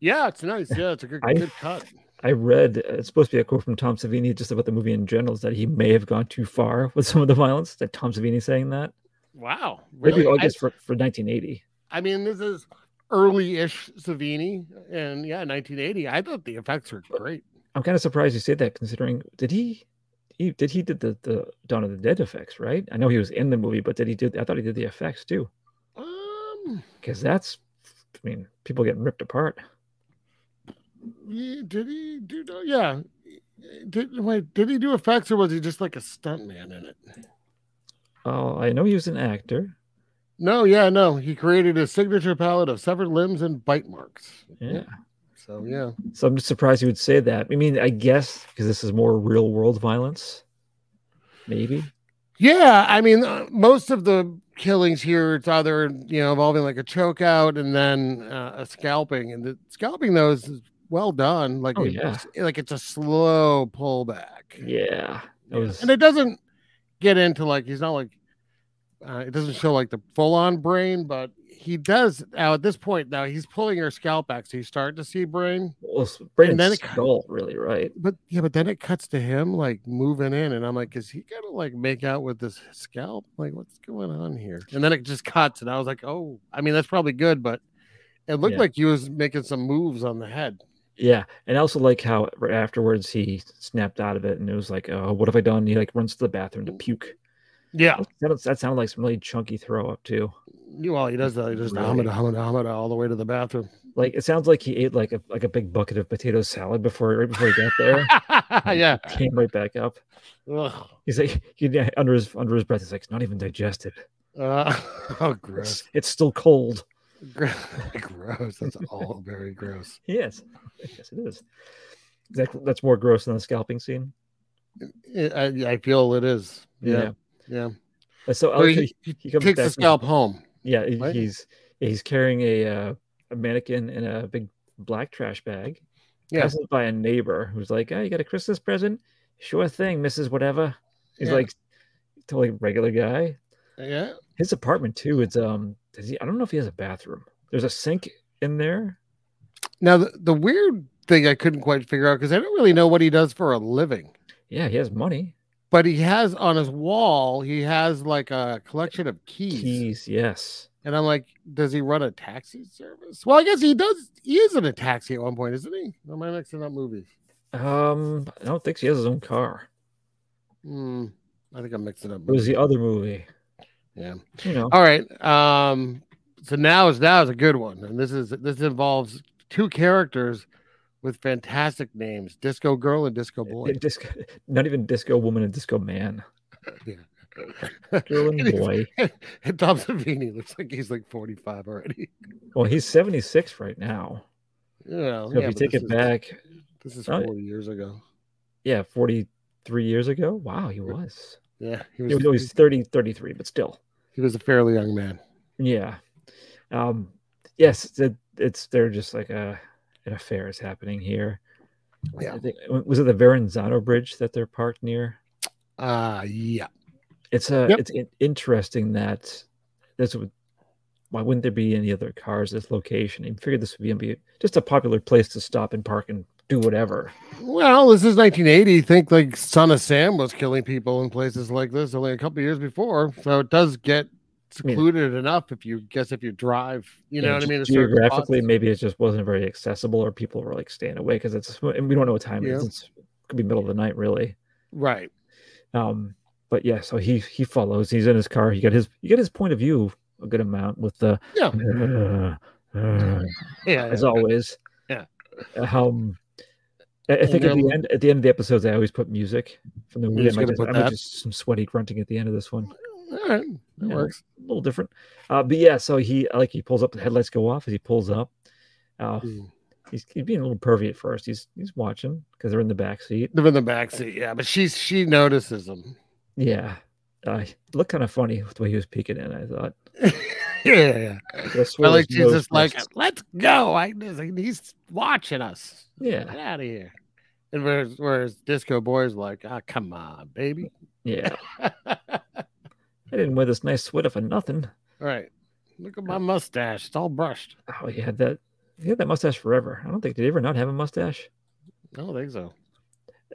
[SPEAKER 8] Yeah, it's nice. Yeah, it's a good,
[SPEAKER 7] I-
[SPEAKER 8] good cut.
[SPEAKER 7] I read uh, it's supposed to be a quote from Tom Savini just about the movie in general is that he may have gone too far with some of the violence. That Tom Savini saying that
[SPEAKER 8] Wow,
[SPEAKER 7] maybe
[SPEAKER 8] really? I-
[SPEAKER 7] August for, for 1980.
[SPEAKER 8] I mean, this is early-ish Savini, and yeah, 1980. I thought the effects were great.
[SPEAKER 7] I'm kind of surprised you say that considering did he, he did he did the the Dawn of the Dead effects right? I know he was in the movie, but did he did I thought he did the effects too
[SPEAKER 8] Um,
[SPEAKER 7] because that's I mean people getting ripped apart.
[SPEAKER 8] yeah, did he do? the- Yeah, did wait? Did he do effects, or was he just like a stuntman in it?
[SPEAKER 7] Oh, I know he was an actor.
[SPEAKER 8] No, yeah, no. He created a signature palette of severed limbs and bite marks.
[SPEAKER 7] yeah.
[SPEAKER 8] So yeah,
[SPEAKER 7] So I'm just surprised you would say that. I mean, I guess because this is more real world violence, maybe.
[SPEAKER 8] yeah. I mean, uh, most of the killings here it's either you know involving like a choke out and then uh, a scalping, and the scalping though is is well done. Like
[SPEAKER 7] Oh,
[SPEAKER 8] it-
[SPEAKER 7] yeah.
[SPEAKER 8] it's, like it's a slow pullback.
[SPEAKER 7] Yeah, that was.
[SPEAKER 8] and it doesn't get into like he's not like uh, it doesn't show like the full on brain, but he does now at this point now he's pulling her scalp back, so you start to see brain.
[SPEAKER 7] well, Brandon's
[SPEAKER 8] then it cut-
[SPEAKER 7] skull, really, right?
[SPEAKER 8] But yeah, but then it cuts to him like moving in, and I'm like, is he gonna like make out with this scalp? Like, what's going on here? And then it just cuts, and I was like, oh, I mean that's probably good, but it looked
[SPEAKER 7] Yeah.
[SPEAKER 8] like he was making some moves on the head.
[SPEAKER 7] Yeah, and I also like how right afterwards he snapped out of it, and it was like, "Oh, what have I done?" he like runs to the bathroom to puke.
[SPEAKER 8] Yeah,
[SPEAKER 7] That, that sounded like some really chunky throw up too.
[SPEAKER 8] well, he does that. He just
[SPEAKER 7] Really?
[SPEAKER 8] hamada, hamada, hamada all the way to the bathroom.
[SPEAKER 7] Like it sounds like he ate like a like a big bucket of potato salad before right before he got there.
[SPEAKER 8] yeah.
[SPEAKER 7] Came right back up.
[SPEAKER 8] Ugh.
[SPEAKER 7] He's like he under his under his breath. He's like, "It's not even digested.
[SPEAKER 8] Uh, oh, gross.
[SPEAKER 7] It's, it's still cold."
[SPEAKER 8] Gross. gross. That's all very gross.
[SPEAKER 7] Yes, yes, it is. That, that's more gross than the scalping scene.
[SPEAKER 8] I, I- I feel it is. Yeah. Yeah.
[SPEAKER 7] Uh, So I
[SPEAKER 8] Or
[SPEAKER 7] like how
[SPEAKER 8] he,
[SPEAKER 7] he-
[SPEAKER 8] he
[SPEAKER 7] he comes
[SPEAKER 8] takes
[SPEAKER 7] back
[SPEAKER 8] the
[SPEAKER 7] and-
[SPEAKER 8] scalp home.
[SPEAKER 7] yeah, he-
[SPEAKER 8] Right.
[SPEAKER 7] he's he's carrying a uh, a mannequin in a big black trash bag.
[SPEAKER 8] Yeah.
[SPEAKER 7] Passes by a neighbor who's like, "Oh, you got a Christmas present? Sure thing, Mrs. Whatever." He's
[SPEAKER 8] Yeah.
[SPEAKER 7] like, totally regular guy.
[SPEAKER 8] Yeah.
[SPEAKER 7] His apartment too. It's um, does he? I don't know if he has a bathroom. There's a sink in there.
[SPEAKER 8] Now, the, the weird thing I couldn't quite figure out because I don't really know what he does for a living,
[SPEAKER 7] Yeah, he has money.
[SPEAKER 8] but he has on his wall, he has like a collection of keys.
[SPEAKER 7] Keys, yes.
[SPEAKER 8] And I'm like, does he run a taxi service? Well, I guess he does. He is in a taxi at one point, isn't he? Or am I mixing up movies?
[SPEAKER 7] Um, I don't think he has his own car.
[SPEAKER 8] Hmm. I think I'm mixing up.
[SPEAKER 7] It was the other movie.
[SPEAKER 8] Yeah.
[SPEAKER 7] You know,
[SPEAKER 8] All right. Um, so now is now is a good one, and this is this involves two characters with fantastic names: Disco Girl and Disco Boy.
[SPEAKER 7] It- disco, not even disco woman and disco man. Girl and
[SPEAKER 8] and
[SPEAKER 7] boy.
[SPEAKER 8] Tom Savini looks like he's like forty-five already.
[SPEAKER 7] Well, he's 76 right now.
[SPEAKER 8] You know,
[SPEAKER 7] So
[SPEAKER 8] yeah,
[SPEAKER 7] if
[SPEAKER 8] but
[SPEAKER 7] you take
[SPEAKER 8] this
[SPEAKER 7] it
[SPEAKER 8] is-
[SPEAKER 7] back,
[SPEAKER 8] this is
[SPEAKER 7] oh, yeah.
[SPEAKER 8] forty years ago.
[SPEAKER 7] yeah, 43 years ago. Wow, he was.
[SPEAKER 8] Yeah,
[SPEAKER 7] He
[SPEAKER 8] he was
[SPEAKER 7] was always 30, 33, but still.
[SPEAKER 8] he was a fairly young man.
[SPEAKER 7] Yeah. Um, yes, it, it's they're just like a an affair is happening here.
[SPEAKER 8] Yeah.
[SPEAKER 7] I think, was it the Verrazano Bridge that they're parked near?
[SPEAKER 8] Uh Ah, yeah,
[SPEAKER 7] It's uh,
[SPEAKER 8] Yep.
[SPEAKER 7] it's in- interesting that that's what. Why wouldn't there be any other cars at this location? I figured this would be, be just a popular place to stop and park and do whatever.
[SPEAKER 8] Well, this is 1980. Think like Son of Sam was killing people in places like this only a couple years before, so it does get secluded enough if you guess if you drive. You know
[SPEAKER 7] Yeah,
[SPEAKER 8] what I
[SPEAKER 7] ge-
[SPEAKER 8] mean? to certain spots.
[SPEAKER 7] Geographically, maybe it just wasn't very accessible, or people were like staying away because it's and we don't know what time it
[SPEAKER 8] Yeah.
[SPEAKER 7] is. It's, it could be middle of the night, really.
[SPEAKER 8] right?
[SPEAKER 7] Um, but yeah, so he he follows. He's in his car. He got his you get his point of view a good amount with the
[SPEAKER 8] Yeah. Yeah,
[SPEAKER 7] as
[SPEAKER 8] yeah.
[SPEAKER 7] always.
[SPEAKER 8] Yeah.
[SPEAKER 7] Um, I, I think at
[SPEAKER 8] then-
[SPEAKER 7] the end at the end of the episodes, I always put music from the movie. I
[SPEAKER 8] just
[SPEAKER 7] might
[SPEAKER 8] gonna
[SPEAKER 7] just,
[SPEAKER 8] put
[SPEAKER 7] I might
[SPEAKER 8] that.
[SPEAKER 7] just some sweaty grunting at the end of this one.
[SPEAKER 8] All right, that
[SPEAKER 7] Yeah.
[SPEAKER 8] works.
[SPEAKER 7] A little different, uh, but yeah. So he like he pulls up. The headlights go off as he pulls up. Uh,
[SPEAKER 8] Mm.
[SPEAKER 7] he's, he's being a little pervy at first. He's he's watching because they're in the back seat.
[SPEAKER 8] They're in the back seat, yeah, but she's she notices him.
[SPEAKER 7] Yeah, uh, it looked kind of funny with the way he was peeking in. I thought.
[SPEAKER 8] yeah, yeah, yeah.
[SPEAKER 7] I swear
[SPEAKER 8] But like
[SPEAKER 7] his
[SPEAKER 8] she's
[SPEAKER 7] nose
[SPEAKER 8] just like,
[SPEAKER 7] was-
[SPEAKER 8] let's go. I, he's watching us.
[SPEAKER 7] yeah,
[SPEAKER 8] Get out of here. And whereas, whereas Disco Boy's like, ah, come on, baby.
[SPEAKER 7] yeah. I didn't wear this nice sweater for nothing.
[SPEAKER 8] All right. Look at my mustache. It's all brushed.
[SPEAKER 7] Oh, he had that. He had that mustache forever. I don't think did he ever not have a mustache.
[SPEAKER 8] I don't think so.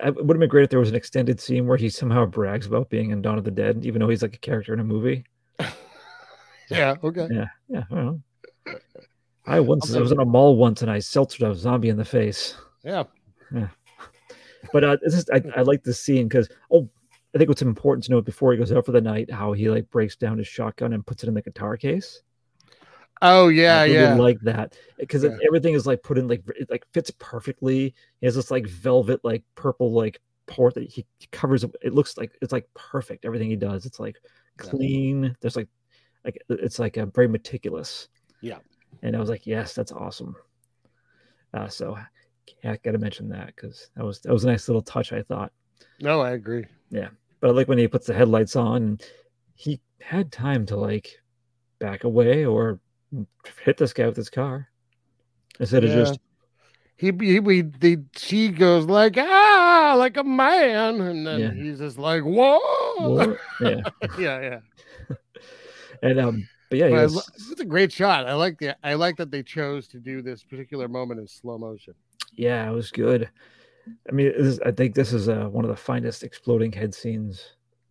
[SPEAKER 7] I- It would have been great if there was an extended scene where he somehow brags about being in Dawn of the Dead, even though he's like a character in a movie.
[SPEAKER 8] Yeah. Okay.
[SPEAKER 7] Yeah, I don't know. I once I
[SPEAKER 8] Okay.
[SPEAKER 7] was in a mall once and I seltzered a zombie in the face.
[SPEAKER 8] Yeah.
[SPEAKER 7] But uh, this is, I, I like this scene because oh, I think what's important to note before he goes out for the night, how he like breaks down his shotgun and puts it in the guitar case.
[SPEAKER 8] Oh,
[SPEAKER 7] I
[SPEAKER 8] yeah.
[SPEAKER 7] really
[SPEAKER 8] Yeah.
[SPEAKER 7] like that because
[SPEAKER 8] Yeah.
[SPEAKER 7] everything is like put in like it like fits perfectly. He has this like velvet like purple like port that he covers. up. It looks like it's like perfect. Everything he does, it's like
[SPEAKER 8] Yeah.
[SPEAKER 7] clean. There's like like it's like uh very meticulous.
[SPEAKER 8] Yeah.
[SPEAKER 7] and I was like, yes, that's awesome. Uh, so yeah, I got to mention that because that was that was a nice little touch. I thought
[SPEAKER 8] No, I agree.
[SPEAKER 7] but I like when he puts the headlights on. He had time to like back away or hit this guy with his car instead of
[SPEAKER 8] Yeah.
[SPEAKER 7] just
[SPEAKER 8] He, he, we, the, she goes like, ah, like a man. And then
[SPEAKER 7] Yeah.
[SPEAKER 8] he's just like, whoa.
[SPEAKER 7] "Whoa." yeah.
[SPEAKER 8] yeah. Yeah.
[SPEAKER 7] And um, but yeah, he
[SPEAKER 8] But I
[SPEAKER 7] was-
[SPEAKER 8] lo- it's a great shot. I like the, I like that they chose to do this particular moment in slow motion.
[SPEAKER 7] yeah, it was good. I mean, this, is- I think this is uh, one of the finest exploding head scenes.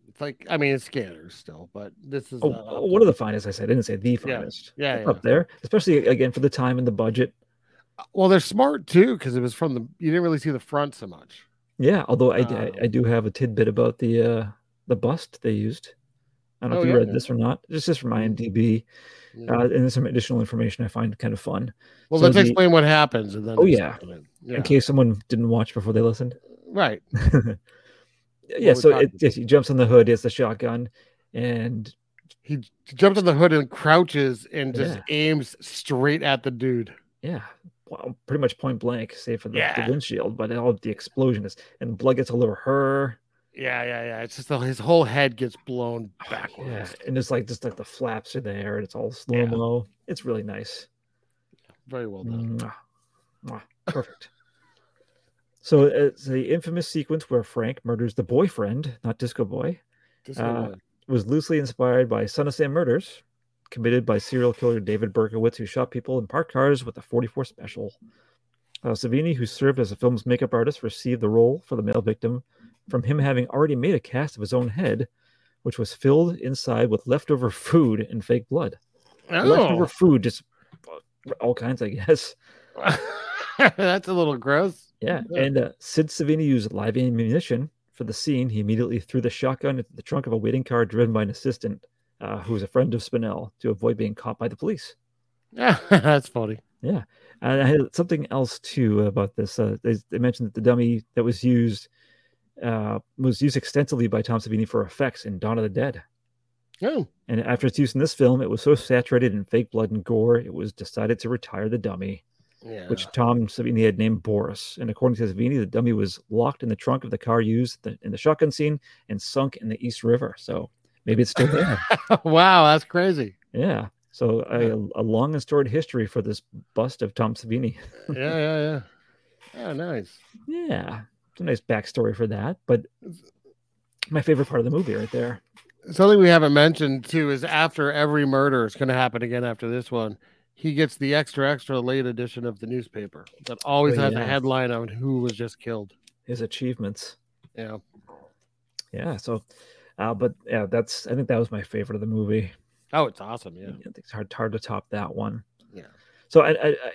[SPEAKER 8] It's like, I mean, it's scanners still, but this is uh,
[SPEAKER 7] Oh,
[SPEAKER 8] not
[SPEAKER 7] oh,
[SPEAKER 8] up
[SPEAKER 7] one
[SPEAKER 8] there.
[SPEAKER 7] of the finest. I said, I didn't say the finest.
[SPEAKER 8] Yeah,
[SPEAKER 7] It's
[SPEAKER 8] yeah.
[SPEAKER 7] Up there, especially again for the time and the budget.
[SPEAKER 8] uh, Well, they're smart too because it was from the. You didn't really see the front so much.
[SPEAKER 7] Yeah, although I, I, I
[SPEAKER 8] Um,
[SPEAKER 7] do have a tidbit about the uh, the bust they used. I don't know
[SPEAKER 8] Oh,
[SPEAKER 7] if you
[SPEAKER 8] yeah. Mm-hmm.
[SPEAKER 7] read this or not. This is from IMDb,
[SPEAKER 8] Yeah.
[SPEAKER 7] uh, and there's some additional information I find kind of fun
[SPEAKER 8] well,
[SPEAKER 7] so
[SPEAKER 8] let's
[SPEAKER 7] the-
[SPEAKER 8] explain what happens and then.
[SPEAKER 7] Oh,
[SPEAKER 8] explain it. yeah.
[SPEAKER 7] in case someone didn't watch before they listened.
[SPEAKER 8] Right.
[SPEAKER 7] yeah,
[SPEAKER 8] we're
[SPEAKER 7] so
[SPEAKER 8] talking
[SPEAKER 7] it, yes, he jumps on the hood, he has the shotgun, and
[SPEAKER 8] He j- jumps on the hood and crouches and just
[SPEAKER 7] Yeah.
[SPEAKER 8] aims straight at the dude.
[SPEAKER 7] yeah, well, pretty much point blank, save for the,
[SPEAKER 8] Yeah.
[SPEAKER 7] the windshield, but all of the explosion is, and blood gets all over her.
[SPEAKER 8] Yeah, yeah, yeah. It's just the, his whole head gets blown backwards.
[SPEAKER 7] Yeah, and it's like just like the flaps are there, and it's all slow mo. It's really nice.
[SPEAKER 8] Very well done.
[SPEAKER 7] Mwah. Mwah. Perfect. so uh, it's the infamous sequence where Frank murders the boyfriend, not Disco Boy,
[SPEAKER 8] Just
[SPEAKER 7] Uh,
[SPEAKER 8] gonna-
[SPEAKER 7] was loosely inspired by Son of Sam murders committed by serial killer David Berkowitz, who shot people in parked cars with a 44 special. Uh, Savini, who served as the film's makeup artist, received the role for the male victim from him having already made a cast of his own head, which was filled inside with leftover food and fake blood. Leftover
[SPEAKER 8] oh,
[SPEAKER 7] food, just uh, all kinds, I guess.
[SPEAKER 8] that's a little gross.
[SPEAKER 7] Yeah,
[SPEAKER 8] Yeah.
[SPEAKER 7] and uh, Sid Savini used live ammunition for the scene. He immediately threw the shotgun into the trunk of a waiting car driven by an assistant uh, who was a friend of Spinell to avoid being caught by the police.
[SPEAKER 8] Yeah, that's funny.
[SPEAKER 7] And I had something else too about this. Uh, they, they mentioned that the dummy that was used uh, was used extensively by Tom Savini for effects in Dawn of the Dead.
[SPEAKER 8] Oh,
[SPEAKER 7] And after its use in this film, it was so saturated in fake blood and gore, it was decided to retire the dummy
[SPEAKER 8] yeah.
[SPEAKER 7] which Tom Savini had named Boris. And according to Savini, the dummy was locked in the trunk of the car used th- in the shotgun scene and sunk in the East River. So maybe it's still there.
[SPEAKER 8] wow, that's crazy.
[SPEAKER 7] yeah. So a, a long and storied history for this bust of Tom Savini.
[SPEAKER 8] Yeah, yeah, yeah. Oh, nice.
[SPEAKER 7] Yeah. It's a nice backstory for that. But my favorite part of the movie right there.
[SPEAKER 8] something we haven't mentioned too is after every murder, it's going to happen again after this one. He gets the extra extra late edition of the newspaper that always
[SPEAKER 7] Oh,
[SPEAKER 8] has
[SPEAKER 7] yeah.
[SPEAKER 8] a headline on who was just killed.
[SPEAKER 7] His achievements.
[SPEAKER 8] Yeah,
[SPEAKER 7] Yeah. So, uh, but yeah, that's, I think that was my favorite of the movie.
[SPEAKER 8] oh, it's awesome. Yeah,
[SPEAKER 7] I think It's hard, hard to top that one.
[SPEAKER 8] Yeah.
[SPEAKER 7] So I, I, I,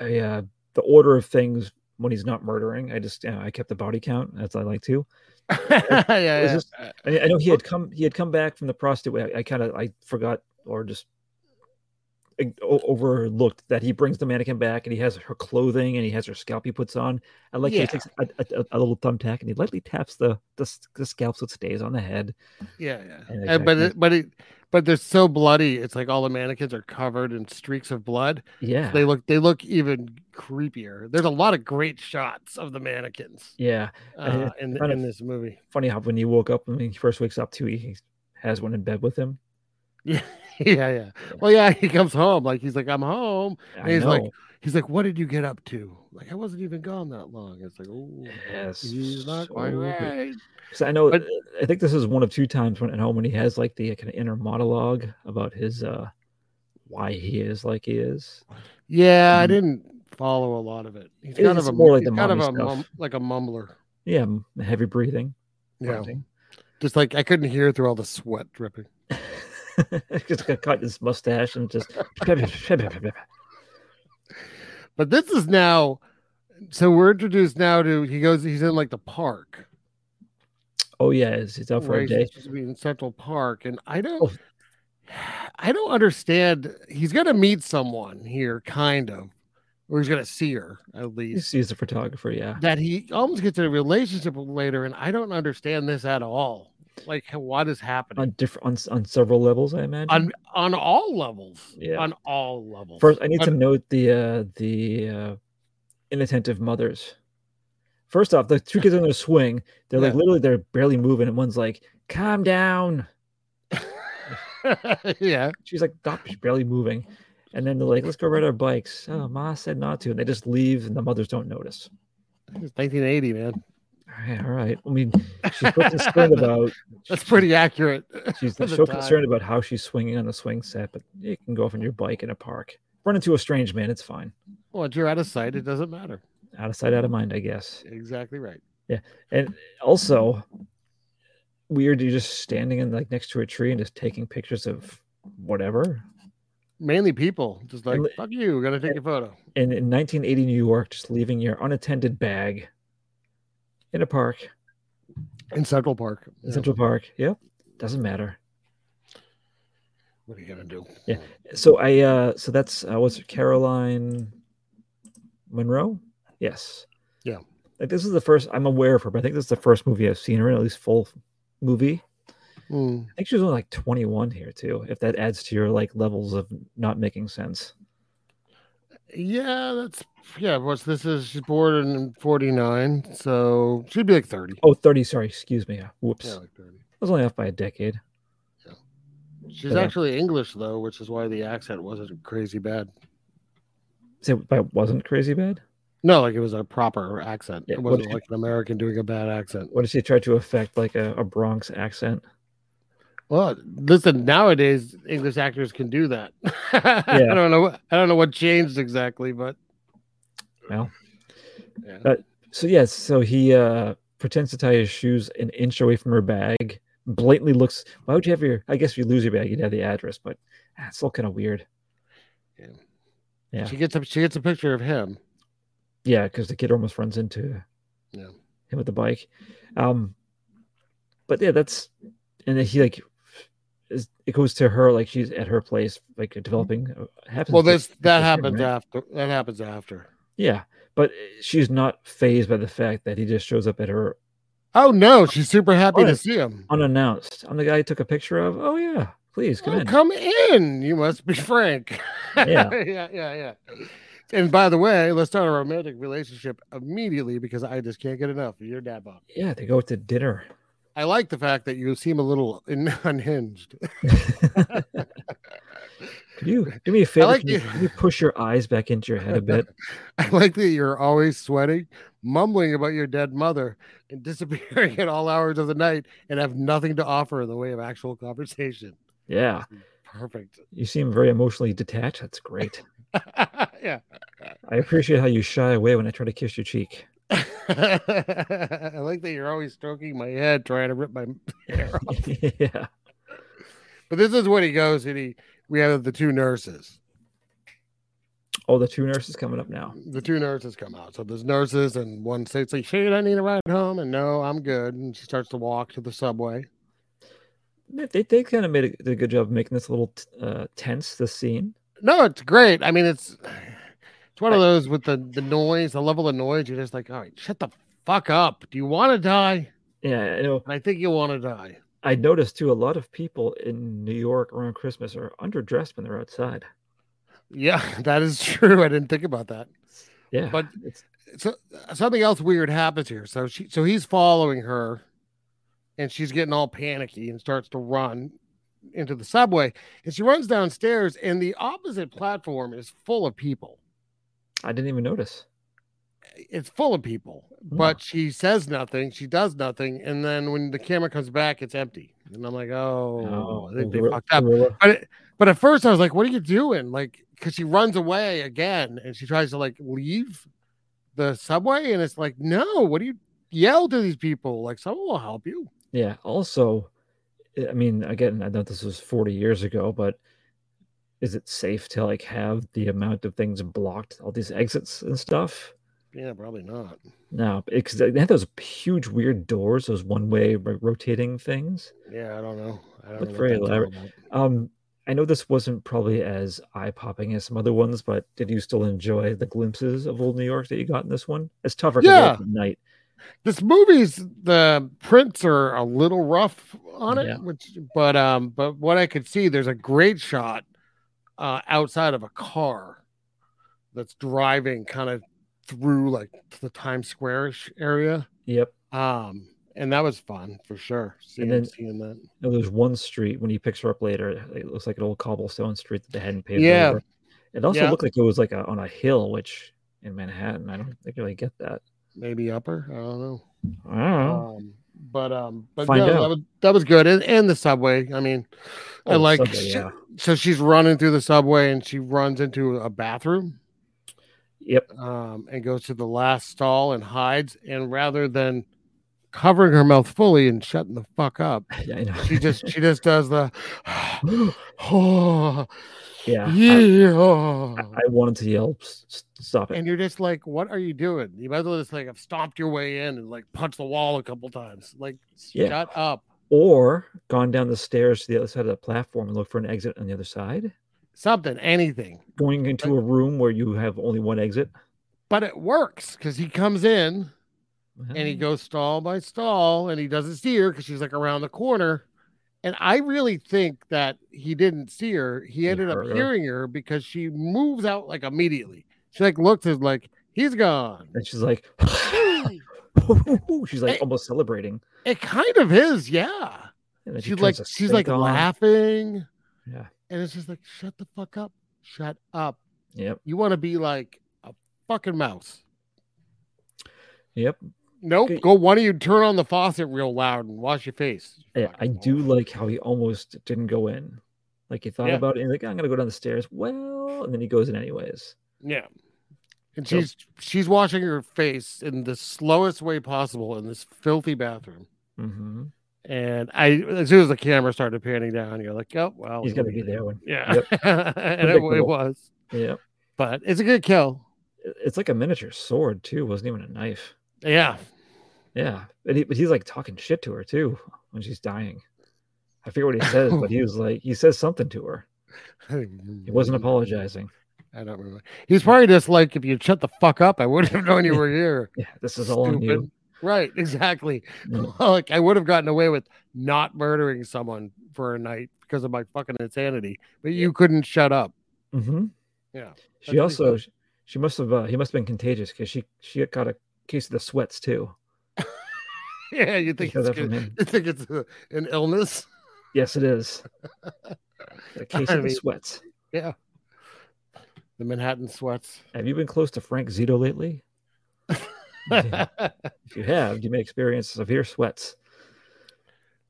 [SPEAKER 7] I uh, the order of things when he's not murdering, I just, you know, I kept the body count as I like to.
[SPEAKER 8] yeah,
[SPEAKER 7] It's
[SPEAKER 8] yeah.
[SPEAKER 7] just- I, I know he had come, he had come back from the prostitute. I, I kind of, I forgot or just ig- o- overlooked that he brings the mannequin back and he has her clothing and he has her scalp he puts on. I like
[SPEAKER 8] Yeah.
[SPEAKER 7] he takes a, a, a- a little thumbtack and he lightly taps the, the s- the scalp so it stays on the head.
[SPEAKER 8] Yeah, yeah.
[SPEAKER 7] Yeah,
[SPEAKER 8] And, but
[SPEAKER 7] exactly.
[SPEAKER 8] it, but it, but they're so bloody. It's like all the mannequins are covered in streaks of blood.
[SPEAKER 7] Yeah.
[SPEAKER 8] They look they look even creepier. There's a lot of great shots of the mannequins
[SPEAKER 7] yeah.
[SPEAKER 8] uh, in
[SPEAKER 7] kind
[SPEAKER 8] in
[SPEAKER 7] of-
[SPEAKER 8] this movie.
[SPEAKER 7] Funny how when he woke up, when he first wakes up too, he- he has one in bed with him.
[SPEAKER 8] Yeah, yeah, yeah. Well, yeah. He comes home like he's like I'm home.
[SPEAKER 7] I
[SPEAKER 8] He's
[SPEAKER 7] know.
[SPEAKER 8] like- He's like, what did you get up to? Like I wasn't even gone that long. It's like oh,
[SPEAKER 7] Yes,
[SPEAKER 8] he's not
[SPEAKER 7] so
[SPEAKER 8] quite
[SPEAKER 7] good.
[SPEAKER 8] right.
[SPEAKER 7] 'Cause I know.
[SPEAKER 8] but-
[SPEAKER 7] I think this is one of two times when at home when he has like the kind of inner monologue about his uh why he is like he is.
[SPEAKER 8] Yeah, I
[SPEAKER 7] Mhm.
[SPEAKER 8] didn't follow a lot of it. He's
[SPEAKER 7] It-
[SPEAKER 8] kind of
[SPEAKER 7] it's
[SPEAKER 8] a
[SPEAKER 7] more like
[SPEAKER 8] he's
[SPEAKER 7] the
[SPEAKER 8] kind of
[SPEAKER 7] mommy
[SPEAKER 8] a
[SPEAKER 7] stuff.
[SPEAKER 8] mum, like a mumbler.
[SPEAKER 7] Yeah, m- heavy breathing.
[SPEAKER 8] Yeah, just like I couldn't hear through all the sweat dripping.
[SPEAKER 7] just got caught in his mustache and just.
[SPEAKER 8] But this is now. So we're introduced now to he goes. He's in like the park.
[SPEAKER 7] oh yeah, it's, it's out for a
[SPEAKER 8] right?
[SPEAKER 7] day.
[SPEAKER 8] He's supposed to be in Central Park, and I don't.
[SPEAKER 7] Oh.
[SPEAKER 8] I don't understand. He's gonna meet someone here, kind of, or he's gonna see her at
[SPEAKER 7] He
[SPEAKER 8] least.
[SPEAKER 7] sees the photographer. Yeah,
[SPEAKER 8] That he almost gets in a relationship with later, and I don't understand this at all. Like what is happening
[SPEAKER 7] on different on, s- on several levels, I imagine.
[SPEAKER 8] on on all levels?
[SPEAKER 7] Yeah.
[SPEAKER 8] On all levels.
[SPEAKER 7] First, I need to
[SPEAKER 8] On-
[SPEAKER 7] note the uh, the uh, inattentive mothers. First off, the two kids on their swing, they're like
[SPEAKER 8] Yeah.
[SPEAKER 7] literally they're barely moving, and one's like, "Calm down."
[SPEAKER 8] yeah.
[SPEAKER 7] She's like, "Stop!" She's barely moving, and then they're like, "Let's go ride our bikes." Oh, Ma said not to, and they just leave, and the mothers don't notice.
[SPEAKER 8] It's 1980, man.
[SPEAKER 7] All right, all right. I mean, she's so concerned about
[SPEAKER 8] That's pretty accurate.
[SPEAKER 7] she's
[SPEAKER 8] for the
[SPEAKER 7] so
[SPEAKER 8] time.
[SPEAKER 7] concerned about how she's swinging on the swing set, but you can go off on your bike in a park, run into a strange man. It's fine.
[SPEAKER 8] Once you're out of sight, it doesn't matter.
[SPEAKER 7] Out of sight, out of mind, I guess.
[SPEAKER 8] Exactly right.
[SPEAKER 7] also weird you're just standing in like next to a tree and just taking pictures of whatever
[SPEAKER 8] Mainly people just like
[SPEAKER 7] li-
[SPEAKER 8] fuck you, gonna take a photo.
[SPEAKER 7] and in 1980 new york just leaving your unattended bag in a park
[SPEAKER 8] In Central Park.
[SPEAKER 7] in
[SPEAKER 8] Yeah,
[SPEAKER 7] central park yep doesn't matter
[SPEAKER 8] What are you gonna do?
[SPEAKER 7] Yeah. so i uh so that's uh what's it, caroline monroe yes
[SPEAKER 8] Yeah.
[SPEAKER 7] like this is the first i'm aware of her but i think this is the first movie i've seen her in at least full movie
[SPEAKER 8] Hmm.
[SPEAKER 7] i think she was only like 21 here too if that adds to your like levels of not making sense
[SPEAKER 8] Yeah, that's yeah, what's this is she's born in forty nine, so she'd be like thirty.
[SPEAKER 7] Oh, 30, sorry, excuse me. Whoops.
[SPEAKER 8] Yeah,
[SPEAKER 7] I
[SPEAKER 8] like thirty.
[SPEAKER 7] was only off by a decade.
[SPEAKER 8] She's
[SPEAKER 7] Yeah.
[SPEAKER 8] actually English though, which is why the accent wasn't crazy bad.
[SPEAKER 7] So that wasn't crazy bad.
[SPEAKER 8] No, like it was a proper accent.
[SPEAKER 7] Yeah,
[SPEAKER 8] it
[SPEAKER 7] what
[SPEAKER 8] wasn't
[SPEAKER 7] did-
[SPEAKER 8] like an American doing a bad accent.
[SPEAKER 7] What did she try to affect like a, a Bronx accent?
[SPEAKER 8] Well, listen, nowadays English actors can do that. I don't know. what- I don't know what changed exactly, but
[SPEAKER 7] Well.
[SPEAKER 8] yeah.
[SPEAKER 7] Uh, So yes, so he uh pretends to tie his shoes an inch away from her bag, blatantly looks why would you have your I guess if you lose your bag, you'd have the address, but ah, it's still kind of weird. yeah.
[SPEAKER 8] she gets a she gets a picture of him.
[SPEAKER 7] Yeah, because the kid almost runs into
[SPEAKER 8] Yeah.
[SPEAKER 7] him with the bike. Um but yeah, that's and then he like is, it goes to her like she's at her place, like developing uh, happens.
[SPEAKER 8] Well,
[SPEAKER 7] to-
[SPEAKER 8] this that
[SPEAKER 7] to him,
[SPEAKER 8] happens
[SPEAKER 7] right?
[SPEAKER 8] after. That happens after.
[SPEAKER 7] Yeah, but eh, she's not phased by the fact that he just shows up at her
[SPEAKER 8] Oh no, she's super happy
[SPEAKER 7] Oh, yeah.
[SPEAKER 8] to see him.
[SPEAKER 7] unannounced. I'm the guy you took a picture of. Oh yeah, please come
[SPEAKER 8] Oh,
[SPEAKER 7] in.
[SPEAKER 8] come in. You must be Frank.
[SPEAKER 7] Yeah.
[SPEAKER 8] yeah, yeah, yeah. And by the way, let's start a romantic relationship immediately because I just can't get enough of your dad bod.
[SPEAKER 7] Yeah, they go to dinner.
[SPEAKER 8] I like the fact that you seem a little in, unhinged.
[SPEAKER 7] Can you do me a favor?
[SPEAKER 8] like
[SPEAKER 7] can, you,
[SPEAKER 8] you-
[SPEAKER 7] can you push your eyes back into your head a bit?
[SPEAKER 8] I like that you're always sweating, mumbling about your dead mother, and disappearing at all hours of the night, and have nothing to offer in the way of actual conversation.
[SPEAKER 7] Yeah.
[SPEAKER 8] Perfect.
[SPEAKER 7] You seem very emotionally detached. That's great.
[SPEAKER 8] yeah.
[SPEAKER 7] I appreciate how you shy away when I try to kiss your cheek.
[SPEAKER 8] I like that you're always stroking my head, trying to rip my hair off.
[SPEAKER 7] yeah.
[SPEAKER 8] But this is when he goes and he we have the two nurses.
[SPEAKER 7] Oh, the two nurses coming up now.
[SPEAKER 8] The two nurses come out. So there's nurses and one states like, Shade, I need a ride home. And no, I'm good. And she starts to walk to the subway.
[SPEAKER 7] They, they, they kind of made a, did a good job of making this a little t- uh, tense, this scene.
[SPEAKER 8] No, it's great. I mean, it's it's one of those with the, the noise, the level of noise. You're just like, all right, shut the fuck up. Do you want to die?
[SPEAKER 7] Yeah, I know.
[SPEAKER 8] And I think you want to die.
[SPEAKER 7] I noticed too, a lot of people in New York around Christmas are underdressed when they're outside.
[SPEAKER 8] Yeah, that is true. I didn't think about that.
[SPEAKER 7] Yeah.
[SPEAKER 8] But-
[SPEAKER 7] it's,
[SPEAKER 8] so something else weird happens here. So she so he's following her and she's getting all panicky and starts to run into the subway and she runs downstairs and the opposite platform is full of people.
[SPEAKER 7] I didn't even notice.
[SPEAKER 8] It's full of people. But she says nothing, she does nothing and then when the camera comes back it's empty. And I'm like,
[SPEAKER 7] Um,
[SPEAKER 8] "Oh, I think they
[SPEAKER 7] Gorilla-
[SPEAKER 8] fucked up."
[SPEAKER 7] Gorilla-
[SPEAKER 8] But it, but at first I was like, "What are you doing?" Like, because she runs away again and she tries to like leave the subway, and it's like, "No, what do you yell to these people? Like, someone will help you."
[SPEAKER 7] Yeah. Also, eh, I mean, again, I know this was 40 years ago, but is it safe to like have the amount of things blocked, all these exits and stuff?
[SPEAKER 8] Yeah, probably not.
[SPEAKER 7] No, because they had those huge, weird doors, those one-way ro- rotating things.
[SPEAKER 8] Yeah, I don't know. I don't
[SPEAKER 7] Looked
[SPEAKER 8] know
[SPEAKER 7] very
[SPEAKER 8] that's all
[SPEAKER 7] elaborate.
[SPEAKER 8] about.
[SPEAKER 7] Um, I know this wasn't probably as eye-popping as some other ones, but did you still enjoy the glimpses of old New York that you got in this one? It's tougher 'cause
[SPEAKER 8] Yeah.
[SPEAKER 7] it's at night.
[SPEAKER 8] This movie's the prints are a little rough on it,
[SPEAKER 7] Yeah.
[SPEAKER 8] which but um, but what I could see, there's a great shot uh outside of a car that's driving kind of through like the Times Square-ish area.
[SPEAKER 7] Yep.
[SPEAKER 8] Um, and that was fun for sure. Seeing,
[SPEAKER 7] then-
[SPEAKER 8] seeing that.
[SPEAKER 7] know, there's one street when he picks her up later. It looks like an old cobblestone street that they hadn't paved.
[SPEAKER 8] Yeah.
[SPEAKER 7] over. It also
[SPEAKER 8] Yeah.
[SPEAKER 7] looked like it was like a, on a hill, which in Manhattan, I don't think really get that.
[SPEAKER 8] Maybe upper. I don't know.
[SPEAKER 7] I don't know.
[SPEAKER 8] Um, but um, but
[SPEAKER 7] Find
[SPEAKER 8] no, that
[SPEAKER 7] out.
[SPEAKER 8] was that was good. And, and the subway. I mean, I
[SPEAKER 7] Oh,
[SPEAKER 8] like
[SPEAKER 7] subway,
[SPEAKER 8] she-
[SPEAKER 7] yeah.
[SPEAKER 8] so she's running through the subway and she runs into a bathroom
[SPEAKER 7] Yep.
[SPEAKER 8] um and goes to the last stall and hides. And rather than covering her mouth fully and shutting the fuck up,
[SPEAKER 7] Yeah, I know.
[SPEAKER 8] she just she just does the oh
[SPEAKER 7] yeah. I,
[SPEAKER 8] yeah.
[SPEAKER 7] I- I wanted to yell, "S- s- stop it.
[SPEAKER 8] and you're just like, what are you doing? You might as well just like have stomped your way in and like punched the wall a couple times. Like,
[SPEAKER 7] Yeah.
[SPEAKER 8] shut up.
[SPEAKER 7] or gone down the stairs to the other side of the platform and look for an exit on the other side.
[SPEAKER 8] Something, anything.
[SPEAKER 7] Going into a room where you have only one exit.
[SPEAKER 8] But it works because he comes in and he
[SPEAKER 7] Well,
[SPEAKER 8] goes stall by stall and he doesn't see her because she's like around the corner. And I really think that he didn't see her. He ended up
[SPEAKER 7] heard her.
[SPEAKER 8] hearing her because she moves out like immediately. She like looks and like, he's gone.
[SPEAKER 7] And she's like, she's like
[SPEAKER 8] Hey.
[SPEAKER 7] almost celebrating.
[SPEAKER 8] It kind of is, yeah.
[SPEAKER 7] And then she
[SPEAKER 8] she's
[SPEAKER 7] turns
[SPEAKER 8] like
[SPEAKER 7] the
[SPEAKER 8] she's
[SPEAKER 7] sink
[SPEAKER 8] like
[SPEAKER 7] on.
[SPEAKER 8] laughing.
[SPEAKER 7] Yeah.
[SPEAKER 8] And it's just like, shut the fuck up. Shut up.
[SPEAKER 7] Yep.
[SPEAKER 8] You want to be like a fucking mouse.
[SPEAKER 7] Yep.
[SPEAKER 8] Nope.
[SPEAKER 7] Good.
[SPEAKER 8] Go why don't you turn on the faucet real loud and wash your face. you
[SPEAKER 7] Yeah, I
[SPEAKER 8] fucking
[SPEAKER 7] do
[SPEAKER 8] moron.
[SPEAKER 7] like how he almost didn't go in. Like he thought
[SPEAKER 8] Yeah.
[SPEAKER 7] about it and he's like, I'm gonna go down the stairs. Well, and then he goes in anyways.
[SPEAKER 8] Yeah. And
[SPEAKER 7] So-
[SPEAKER 8] she's she's washing her face in the slowest way possible in this filthy bathroom.
[SPEAKER 7] hmm
[SPEAKER 8] And I as soon as the camera started panning down, you're like, oh well.
[SPEAKER 7] He's
[SPEAKER 8] here
[SPEAKER 7] gonna
[SPEAKER 8] we
[SPEAKER 7] be
[SPEAKER 8] go.
[SPEAKER 7] there when.
[SPEAKER 8] Yeah. and it,
[SPEAKER 7] Predictable.
[SPEAKER 8] it was.
[SPEAKER 7] Yeah,
[SPEAKER 8] But it's a good kill.
[SPEAKER 7] It- it's like a miniature sword too. It wasn't even a knife.
[SPEAKER 8] Yeah.
[SPEAKER 7] Yeah, and he, but he's like talking shit to her too when she's dying. I forget what he says, but he was like, he says something to her. He wasn't apologizing.
[SPEAKER 8] I don't remember. He's probably just like, if you shut the fuck up, I wouldn't have known you were here.
[SPEAKER 7] Yeah, this is all on you. Hmm.
[SPEAKER 8] Stupid. Right, exactly.
[SPEAKER 7] Yeah.
[SPEAKER 8] like I would have gotten away with not murdering someone for a night because of my fucking insanity, but you couldn't shut up.
[SPEAKER 7] hmm
[SPEAKER 8] Yeah,
[SPEAKER 7] She
[SPEAKER 8] pretty
[SPEAKER 7] also, she must have, uh, he must have been contagious because she, she got a case of the sweats too.
[SPEAKER 8] Yeah, you think
[SPEAKER 7] Hear
[SPEAKER 8] it's
[SPEAKER 7] that from
[SPEAKER 8] good-
[SPEAKER 7] him.
[SPEAKER 8] you think it's uh, an illness?
[SPEAKER 7] Yes, it is. The case of the
[SPEAKER 8] mean-
[SPEAKER 7] sweats.
[SPEAKER 8] Yeah. The Manhattan sweats.
[SPEAKER 7] Have you been close to Frank Zito lately? if you have, you may experience severe sweats.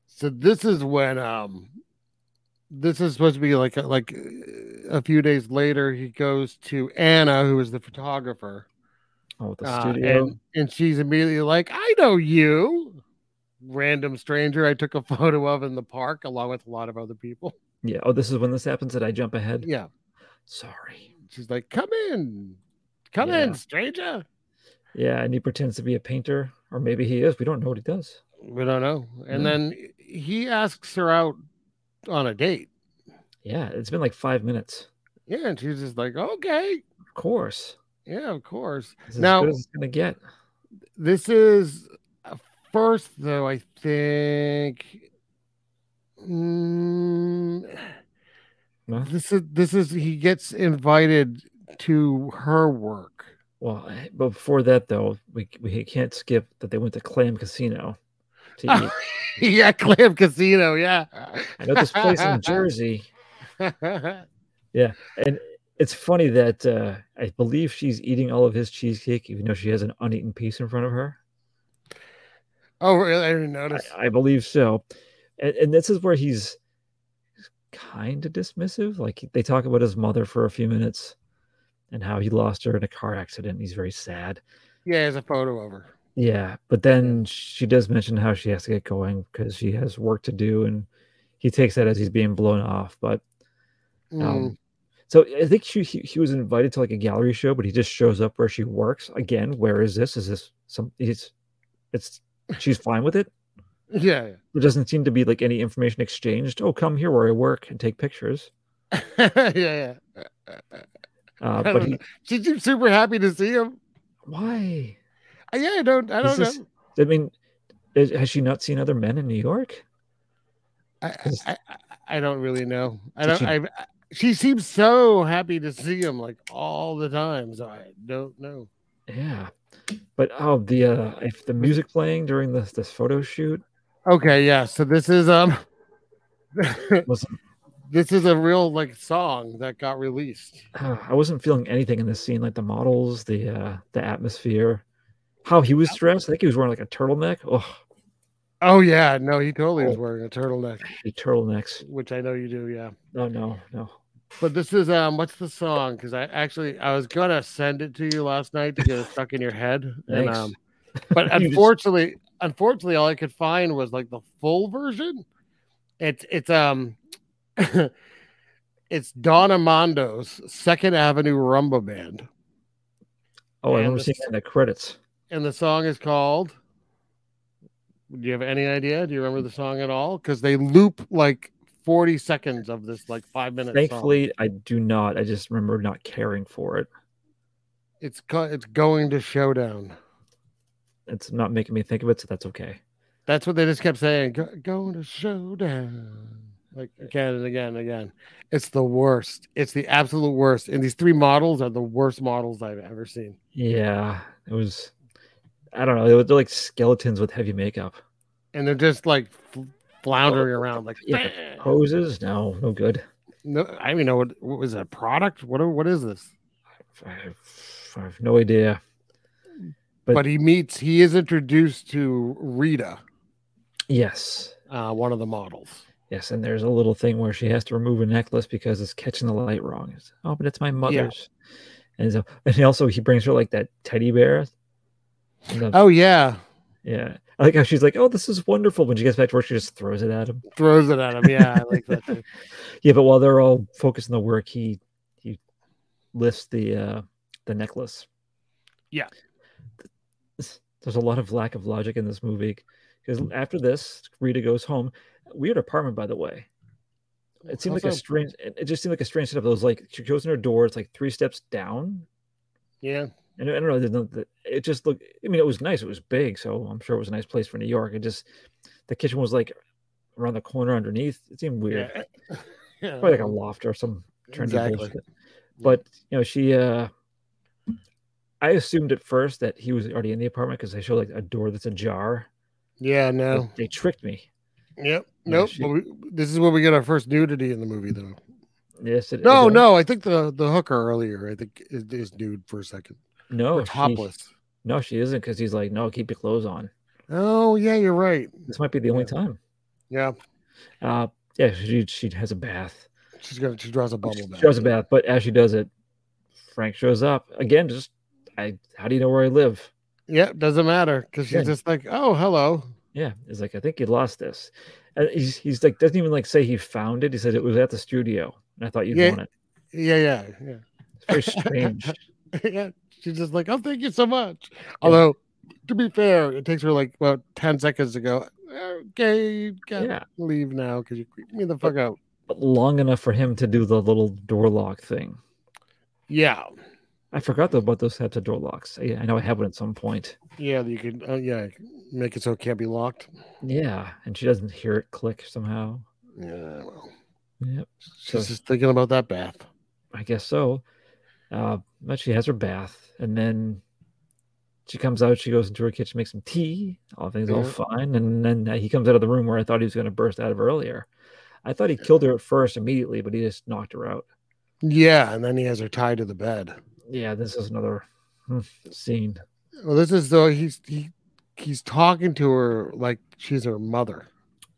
[SPEAKER 8] So this is when um this is supposed to be like like uh, a few days later he goes to Anna who is the photographer.
[SPEAKER 7] Oh, with the
[SPEAKER 8] Uh,
[SPEAKER 7] studio.
[SPEAKER 8] and, and she's immediately like, I know you, random stranger I took a photo of in the park along with a lot of other people.
[SPEAKER 7] yeah. Oh, this is when this happens. Did I jump ahead?
[SPEAKER 8] Yeah.
[SPEAKER 7] Sorry.
[SPEAKER 8] She's like, Come in, come
[SPEAKER 7] Yeah.
[SPEAKER 8] in, stranger.
[SPEAKER 7] Yeah, and he pretends to be a painter, or maybe he is. We don't know what he does.
[SPEAKER 8] We don't know. And
[SPEAKER 7] Hmm.
[SPEAKER 8] then he asks her out on a date.
[SPEAKER 7] Yeah, it's been like five minutes.
[SPEAKER 8] Yeah. And she's just like, Okay.
[SPEAKER 7] Of course.
[SPEAKER 8] Yeah, of course.
[SPEAKER 7] This is
[SPEAKER 8] Now-
[SPEAKER 7] as good as it's gonna get.
[SPEAKER 8] This is uh, first, though, I think. Mm,
[SPEAKER 7] Huh?
[SPEAKER 8] This is this is he gets invited to her work.
[SPEAKER 7] Well, I- but before that though, we we can't skip that they went to Clam Casino to eat.
[SPEAKER 8] yeah, Clam Casino. Yeah, Oh,
[SPEAKER 7] I know this place in Jersey. It's funny that uh, I believe she's eating all of his cheesecake, even though she has an uneaten piece in front of her.
[SPEAKER 8] oh, really? I didn't notice.
[SPEAKER 7] I, I believe so. And, and this is where he's kind of dismissive. Like they talk about his mother for a few minutes and how he lost her in a car accident. He's very sad.
[SPEAKER 8] yeah, there's a photo of her.
[SPEAKER 7] Yeah. But then she does mention how she has to get going because she has work to do. And he takes that as he's being blown off. But
[SPEAKER 8] Mm.
[SPEAKER 7] Um, so I think she, he, he was invited to like a gallery show, but he just shows up where she works again. Where is this? Is this some? It's it's she's fine with it.
[SPEAKER 8] yeah.
[SPEAKER 7] There doesn't seem to be like any information exchanged. Oh, come here where I work and take pictures.
[SPEAKER 8] yeah, yeah.
[SPEAKER 7] Uh,
[SPEAKER 8] I
[SPEAKER 7] but
[SPEAKER 8] don't
[SPEAKER 7] he,
[SPEAKER 8] know. She seems super happy to see him.
[SPEAKER 7] why?
[SPEAKER 8] Uh, Yeah, I don't. I
[SPEAKER 7] This
[SPEAKER 8] don't
[SPEAKER 7] is-
[SPEAKER 8] know.
[SPEAKER 7] I mean, is, has she not seen other men in New York?
[SPEAKER 8] I,
[SPEAKER 7] is-
[SPEAKER 8] I, I I don't really know. I
[SPEAKER 7] Did
[SPEAKER 8] don't.
[SPEAKER 7] she-
[SPEAKER 8] I, I- she seems so happy to see him like all the time. So I don't know.
[SPEAKER 7] Yeah. But oh, the uh, if the music playing during this this photo shoot.
[SPEAKER 8] Okay, yeah. So this is um,
[SPEAKER 7] Listen.
[SPEAKER 8] this is a real like song that got released.
[SPEAKER 7] uh, I wasn't feeling anything in this scene, like the models, the uh, the atmosphere, how he was dressed. I think he was wearing like a turtleneck. Oh,
[SPEAKER 8] Oh yeah, no, he totally was
[SPEAKER 7] Oh.
[SPEAKER 8] wearing a turtleneck,
[SPEAKER 7] I hate turtlenecks.
[SPEAKER 8] which I know you do. Yeah,
[SPEAKER 7] No, no, no.
[SPEAKER 8] but this is um, what's the song? Because I actually I was gonna send it to you last night to get it stuck in your head, and
[SPEAKER 7] Thanks.
[SPEAKER 8] um, but
[SPEAKER 7] You just-
[SPEAKER 8] unfortunately, unfortunately, all I could find was like the full version. It's it's um, it's Don Amando's Second Avenue Rumba Band,
[SPEAKER 7] Oh, I
[SPEAKER 8] Yeah,
[SPEAKER 7] remember
[SPEAKER 8] this-
[SPEAKER 7] seeing that in the credits.
[SPEAKER 8] and the song is called. Do you have any idea? Do you remember the song at all? Because they loop like forty seconds of this like five minute. song.
[SPEAKER 7] Thankfully, I do not. I just remember not caring for it.
[SPEAKER 8] it's co- it's going to showdown.
[SPEAKER 7] It's not making me think of it, so that's okay.
[SPEAKER 8] That's what they just kept saying. Go, going to showdown. Like
[SPEAKER 7] Eh.
[SPEAKER 8] again and again and again. It's the worst. It's the absolute worst. And these three models are the worst models I've ever seen.
[SPEAKER 7] Yeah, it was. I don't know. They were they're like skeletons with heavy makeup.
[SPEAKER 8] And they're just like fl- floundering around. Like,
[SPEAKER 7] Oh, Yeah,
[SPEAKER 8] "Bah."
[SPEAKER 7] Poses? No, no good.
[SPEAKER 8] no, I don't even know what, what was that product? What are- what is this?
[SPEAKER 7] I have, I have no idea. But-
[SPEAKER 8] But he meets. He is introduced to Rita,
[SPEAKER 7] Yes,
[SPEAKER 8] uh, one of the models.
[SPEAKER 7] Yes, and there's a little thing where she has to remove a necklace because it's catching the light wrong. It's, oh, but it's my mother's. And so, and he also he brings her like that teddy bear. And the-
[SPEAKER 8] Oh yeah,
[SPEAKER 7] Yeah, I like how she's like, "Oh, this is wonderful." When she gets back to work, she just throws it at him.
[SPEAKER 8] throws it at him. Yeah, I like that. Too.
[SPEAKER 7] Yeah, but while they're all focused on the work, he he lifts the uh the necklace.
[SPEAKER 8] Yeah.
[SPEAKER 7] This- There's a lot of lack of logic in this movie because after this, Rita goes home. Weird apartment, by the way. It seemed like a
[SPEAKER 8] Also-
[SPEAKER 7] strange. It it just seemed like a strange setup. It was like she goes in her door. It's like three steps down,
[SPEAKER 8] Yeah,
[SPEAKER 7] and I don't know. there's no- the- It just looked. I mean, it was nice. It was big, so I'm sure it was a nice place for New York. It just the kitchen was like around the corner underneath. It seemed weird.
[SPEAKER 8] yeah. yeah.
[SPEAKER 7] Probably like a loft or some trendy
[SPEAKER 8] Exactly.
[SPEAKER 7] bullshit. But you know, she uh I assumed at first that he was already in the apartment because they show like a door that's ajar.
[SPEAKER 8] Yeah,
[SPEAKER 7] but
[SPEAKER 8] no.
[SPEAKER 7] They tricked me.
[SPEAKER 8] Yep.
[SPEAKER 7] Yeah,
[SPEAKER 8] Nope.
[SPEAKER 7] she-
[SPEAKER 8] Well, we, this is where we get our first nudity in the movie, though.
[SPEAKER 7] Yes, it
[SPEAKER 8] No,
[SPEAKER 7] it-
[SPEAKER 8] no, I think the the hooker earlier, I think is, is nude for a second.
[SPEAKER 7] no,
[SPEAKER 8] Or
[SPEAKER 7] she-
[SPEAKER 8] Oh, topless.
[SPEAKER 7] no, she isn't because he's like, no, keep your clothes on.
[SPEAKER 8] Oh yeah, you're right.
[SPEAKER 7] This might be the only time.
[SPEAKER 8] Yeah,
[SPEAKER 7] Uh, yeah, she she has a bath.
[SPEAKER 8] she's gonna she draws a bubble.
[SPEAKER 7] She has a bath, but as she does it, Frank shows up again. Just I, how do you know where I live?
[SPEAKER 8] Yeah, doesn't matter because she's
[SPEAKER 7] Yeah.
[SPEAKER 8] just like, oh hello.
[SPEAKER 7] Yeah, he's like, I think you lost this. And he's, he's like, doesn't even like say he found it. He said it was at the studio, and I thought you'd
[SPEAKER 8] Yeah.
[SPEAKER 7] want it.
[SPEAKER 8] Yeah, yeah, yeah.
[SPEAKER 7] It's very strange.
[SPEAKER 8] yeah, she's just like, oh, thank you so much. Although, to be fair, it takes her like about 10 seconds to go, okay, you gotta
[SPEAKER 7] Yeah.
[SPEAKER 8] leave now because you creep me the fuck out.
[SPEAKER 7] but long enough for him to do the little door lock thing.
[SPEAKER 8] Yeah.
[SPEAKER 7] I forgot about those types of door locks. I, I know I had one at some point.
[SPEAKER 8] Yeah, you can, uh, yeah, make it so it can't be locked.
[SPEAKER 7] Yeah, and she doesn't hear it click somehow.
[SPEAKER 8] Yeah, well,
[SPEAKER 7] Yep,
[SPEAKER 8] she's
[SPEAKER 7] So-
[SPEAKER 8] just thinking about that bath.
[SPEAKER 7] I guess so. Uh, but she has her bath, and then she comes out. She goes into her kitchen, makes some tea. All things all
[SPEAKER 8] Yeah.
[SPEAKER 7] fine, and then he comes out of the room where I thought he was going to burst out of earlier. I thought he killed her at first immediately, but he just knocked her out.
[SPEAKER 8] Yeah, and then he has her tied to the bed.
[SPEAKER 7] Yeah, this is another hmm, scene.
[SPEAKER 8] Well, this is though he's he he's talking to her like she's her mother.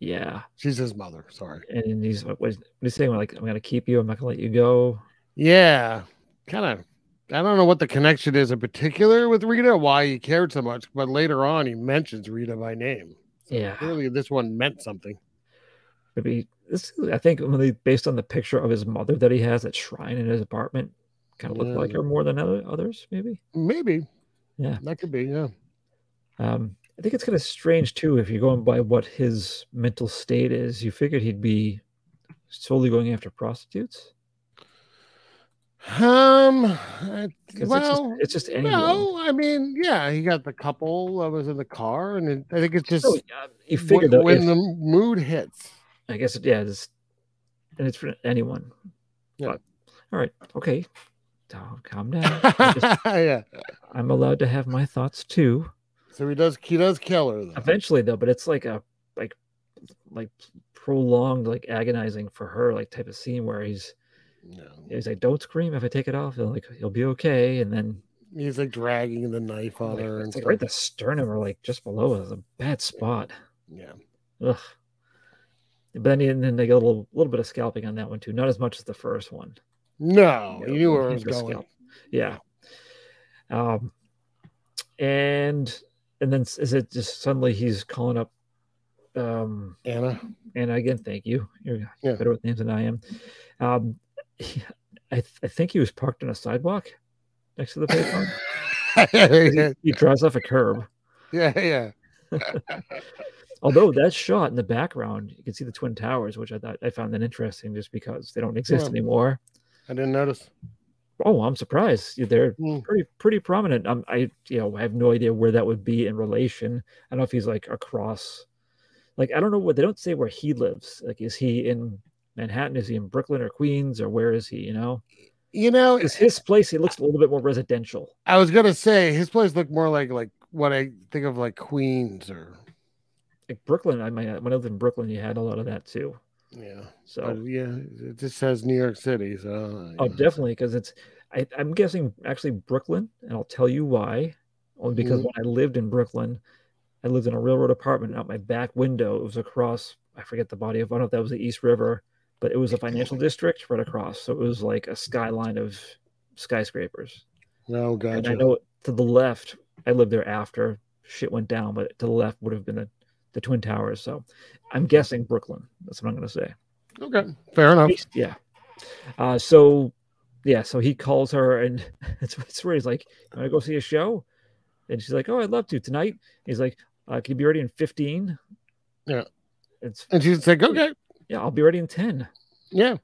[SPEAKER 7] Yeah,
[SPEAKER 8] She's his mother. Sorry.
[SPEAKER 7] and he's what what he's saying like, "I'm going to keep you. I'm not going to let you go."
[SPEAKER 8] Yeah, kind of. I don't know what the connection is in particular with Rita, why he cared so much, but later on he mentions Rita by name. So
[SPEAKER 7] Yeah.
[SPEAKER 8] clearly this one meant something.
[SPEAKER 7] Maybe this. I think when they based on the picture of his mother that he has at shrine in his apartment, kind of looked
[SPEAKER 8] Yeah.
[SPEAKER 7] like her more than other, others, maybe.
[SPEAKER 8] Maybe.
[SPEAKER 7] Yeah.
[SPEAKER 8] that could be. Yeah,
[SPEAKER 7] Um, I think it's kind of strange too if you're going by what his mental state is. You figured he'd be solely going after prostitutes.
[SPEAKER 8] um, I-
[SPEAKER 7] 'Cause
[SPEAKER 8] well,
[SPEAKER 7] it's just, it's just anyone.
[SPEAKER 8] no, I mean, yeah, he got the couple that was in the car, and it, I think it's just
[SPEAKER 7] So, Oh, yeah, you
[SPEAKER 8] wh-
[SPEAKER 7] figured that
[SPEAKER 8] when
[SPEAKER 7] if-
[SPEAKER 8] the mood hits.
[SPEAKER 7] I guess yeah, it's and it's for anyone.
[SPEAKER 8] Yeah.
[SPEAKER 7] But, all right, okay, Tom, calm down. I just-
[SPEAKER 8] yeah,
[SPEAKER 7] I'm allowed to have my thoughts too.
[SPEAKER 8] so he does. He does kill her though.
[SPEAKER 7] Eventually though, but it's like a like like prolonged, like agonizing for her, like type of scene where he's
[SPEAKER 8] Yeah.
[SPEAKER 7] he's like, "Don't scream if I take it off." He'll like he'll be okay, and then
[SPEAKER 8] He's like dragging the knife on
[SPEAKER 7] Like,
[SPEAKER 8] her, and
[SPEAKER 7] it's like
[SPEAKER 8] stuff.
[SPEAKER 7] right the sternum or like just below it is a bad spot.
[SPEAKER 8] yeah,
[SPEAKER 7] Ugh. But then, and then they get a little, little bit of scalping on that one too. Not as much as the first one.
[SPEAKER 8] no,
[SPEAKER 7] Yeah,
[SPEAKER 8] you knew where
[SPEAKER 7] he
[SPEAKER 8] it was
[SPEAKER 7] was
[SPEAKER 8] going.
[SPEAKER 7] scalped. Yeah. Um, and and then s- is it just suddenly he's calling up um
[SPEAKER 8] Anna.
[SPEAKER 7] and again, thank you. You're
[SPEAKER 8] Yeah.
[SPEAKER 7] better with names than I am. Um, he- I, th- I think he was parked on a sidewalk next to the payphone.
[SPEAKER 8] yeah,
[SPEAKER 7] he drives off a curb.
[SPEAKER 8] yeah.
[SPEAKER 7] Although that shot in the background, you can see the twin towers, which I thought I found that interesting, just because they don't exist
[SPEAKER 8] Well-
[SPEAKER 7] anymore.
[SPEAKER 8] I didn't notice.
[SPEAKER 7] Oh, I'm surprised. They're
[SPEAKER 8] Mm.
[SPEAKER 7] pretty pretty prominent. Um, I you know I have no idea where that would be in relation. I don't know if he's like across, like I don't know what they don't say where he lives. Like is he in Manhattan? Is he in Brooklyn or Queens or where is he? You know,
[SPEAKER 8] You know,
[SPEAKER 7] because his place he looks a little bit more residential.
[SPEAKER 8] I was gonna say his place looked more like like what I think of like Queens or
[SPEAKER 7] Like Brooklyn, I might when I lived in Brooklyn, you had a lot of that too.
[SPEAKER 8] yeah,
[SPEAKER 7] So
[SPEAKER 8] But, yeah. It just says New York City, so
[SPEAKER 7] Oh,
[SPEAKER 8] yeah.
[SPEAKER 7] definitely, because it's. I, I'm guessing actually Brooklyn, and I'll tell you why. Only because
[SPEAKER 8] Mhm.
[SPEAKER 7] when I lived in Brooklyn, I lived in a railroad apartment. Out my back window, it was across. I forget the body of. I don't know if that was the East River, but it was a financial district right across. So it was like a skyline of skyscrapers.
[SPEAKER 8] No,
[SPEAKER 7] And
[SPEAKER 8] Oh, gotcha.
[SPEAKER 7] I know to the left, I lived there after shit went down, but to the left would have been the, the Twin Towers. So I'm guessing Brooklyn. That's what I'm going to say.
[SPEAKER 8] Okay, fair enough.
[SPEAKER 7] Yeah. Uh, so, yeah. So he calls her, and it's, it's where he's like, "Want to go see a show?" And she's like, "Oh, I'd love to tonight." He's like, uh, "Can you be ready in 15?
[SPEAKER 8] Yeah.
[SPEAKER 7] It's
[SPEAKER 8] And she's like, okay,
[SPEAKER 7] yeah. I'll be ready in ten.
[SPEAKER 8] yeah.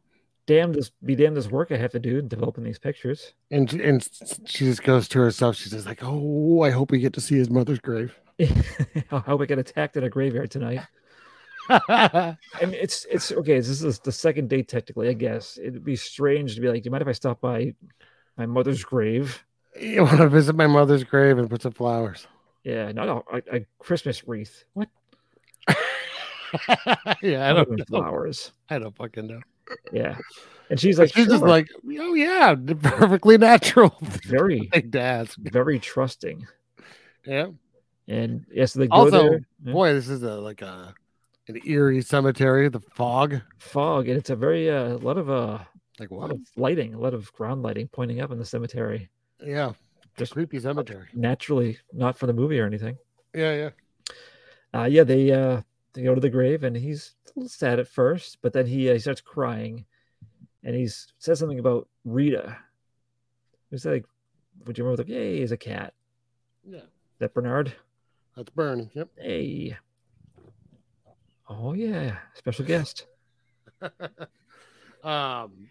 [SPEAKER 7] Damn this. Be damn this work I have to do in developing these pictures.
[SPEAKER 8] And she- and she just goes to herself. She says like, oh, I hope we get to see his mother's grave.
[SPEAKER 7] I hope I get attacked at a graveyard tonight.
[SPEAKER 8] yeah,
[SPEAKER 7] I mean, it's it's okay. This is the second date technically, I guess. It'd be strange to be like, "Do you mind if I stop by my mother's grave?"
[SPEAKER 8] you want to visit my mother's grave and put some flowers.
[SPEAKER 7] Yeah, no, no, a, a Christmas wreath. What?
[SPEAKER 8] yeah, I don't know.
[SPEAKER 7] flowers.
[SPEAKER 8] I don't fucking know.
[SPEAKER 7] Yeah. And she's like,
[SPEAKER 8] she's just
[SPEAKER 7] "Sure."
[SPEAKER 8] like, oh yeah, perfectly natural
[SPEAKER 7] very,
[SPEAKER 8] thing to ask.
[SPEAKER 7] very trusting.
[SPEAKER 8] Yeah.
[SPEAKER 7] And yes, they go
[SPEAKER 8] Also,
[SPEAKER 7] there. Yeah.
[SPEAKER 8] Boy, this is a like a an eerie cemetery. The fog,
[SPEAKER 7] Fog, and it's a very uh, a lot of uh,
[SPEAKER 8] like
[SPEAKER 7] a lot
[SPEAKER 8] what?
[SPEAKER 7] of lighting, a lot of ground lighting pointing up in the cemetery.
[SPEAKER 8] Yeah,
[SPEAKER 7] Just-
[SPEAKER 8] creepy cemetery.
[SPEAKER 7] Naturally, not for the movie or anything.
[SPEAKER 8] Yeah, yeah.
[SPEAKER 7] Uh, yeah, they uh, they go to the grave, and he's a little sad at first, but then he uh, he starts crying, and he's says something about Rita. It's like, would you remember the yay is a cat?
[SPEAKER 8] Yeah.
[SPEAKER 7] That Bernard,
[SPEAKER 8] That's burn. Yep.
[SPEAKER 7] hey. Oh yeah, special guest.
[SPEAKER 8] um,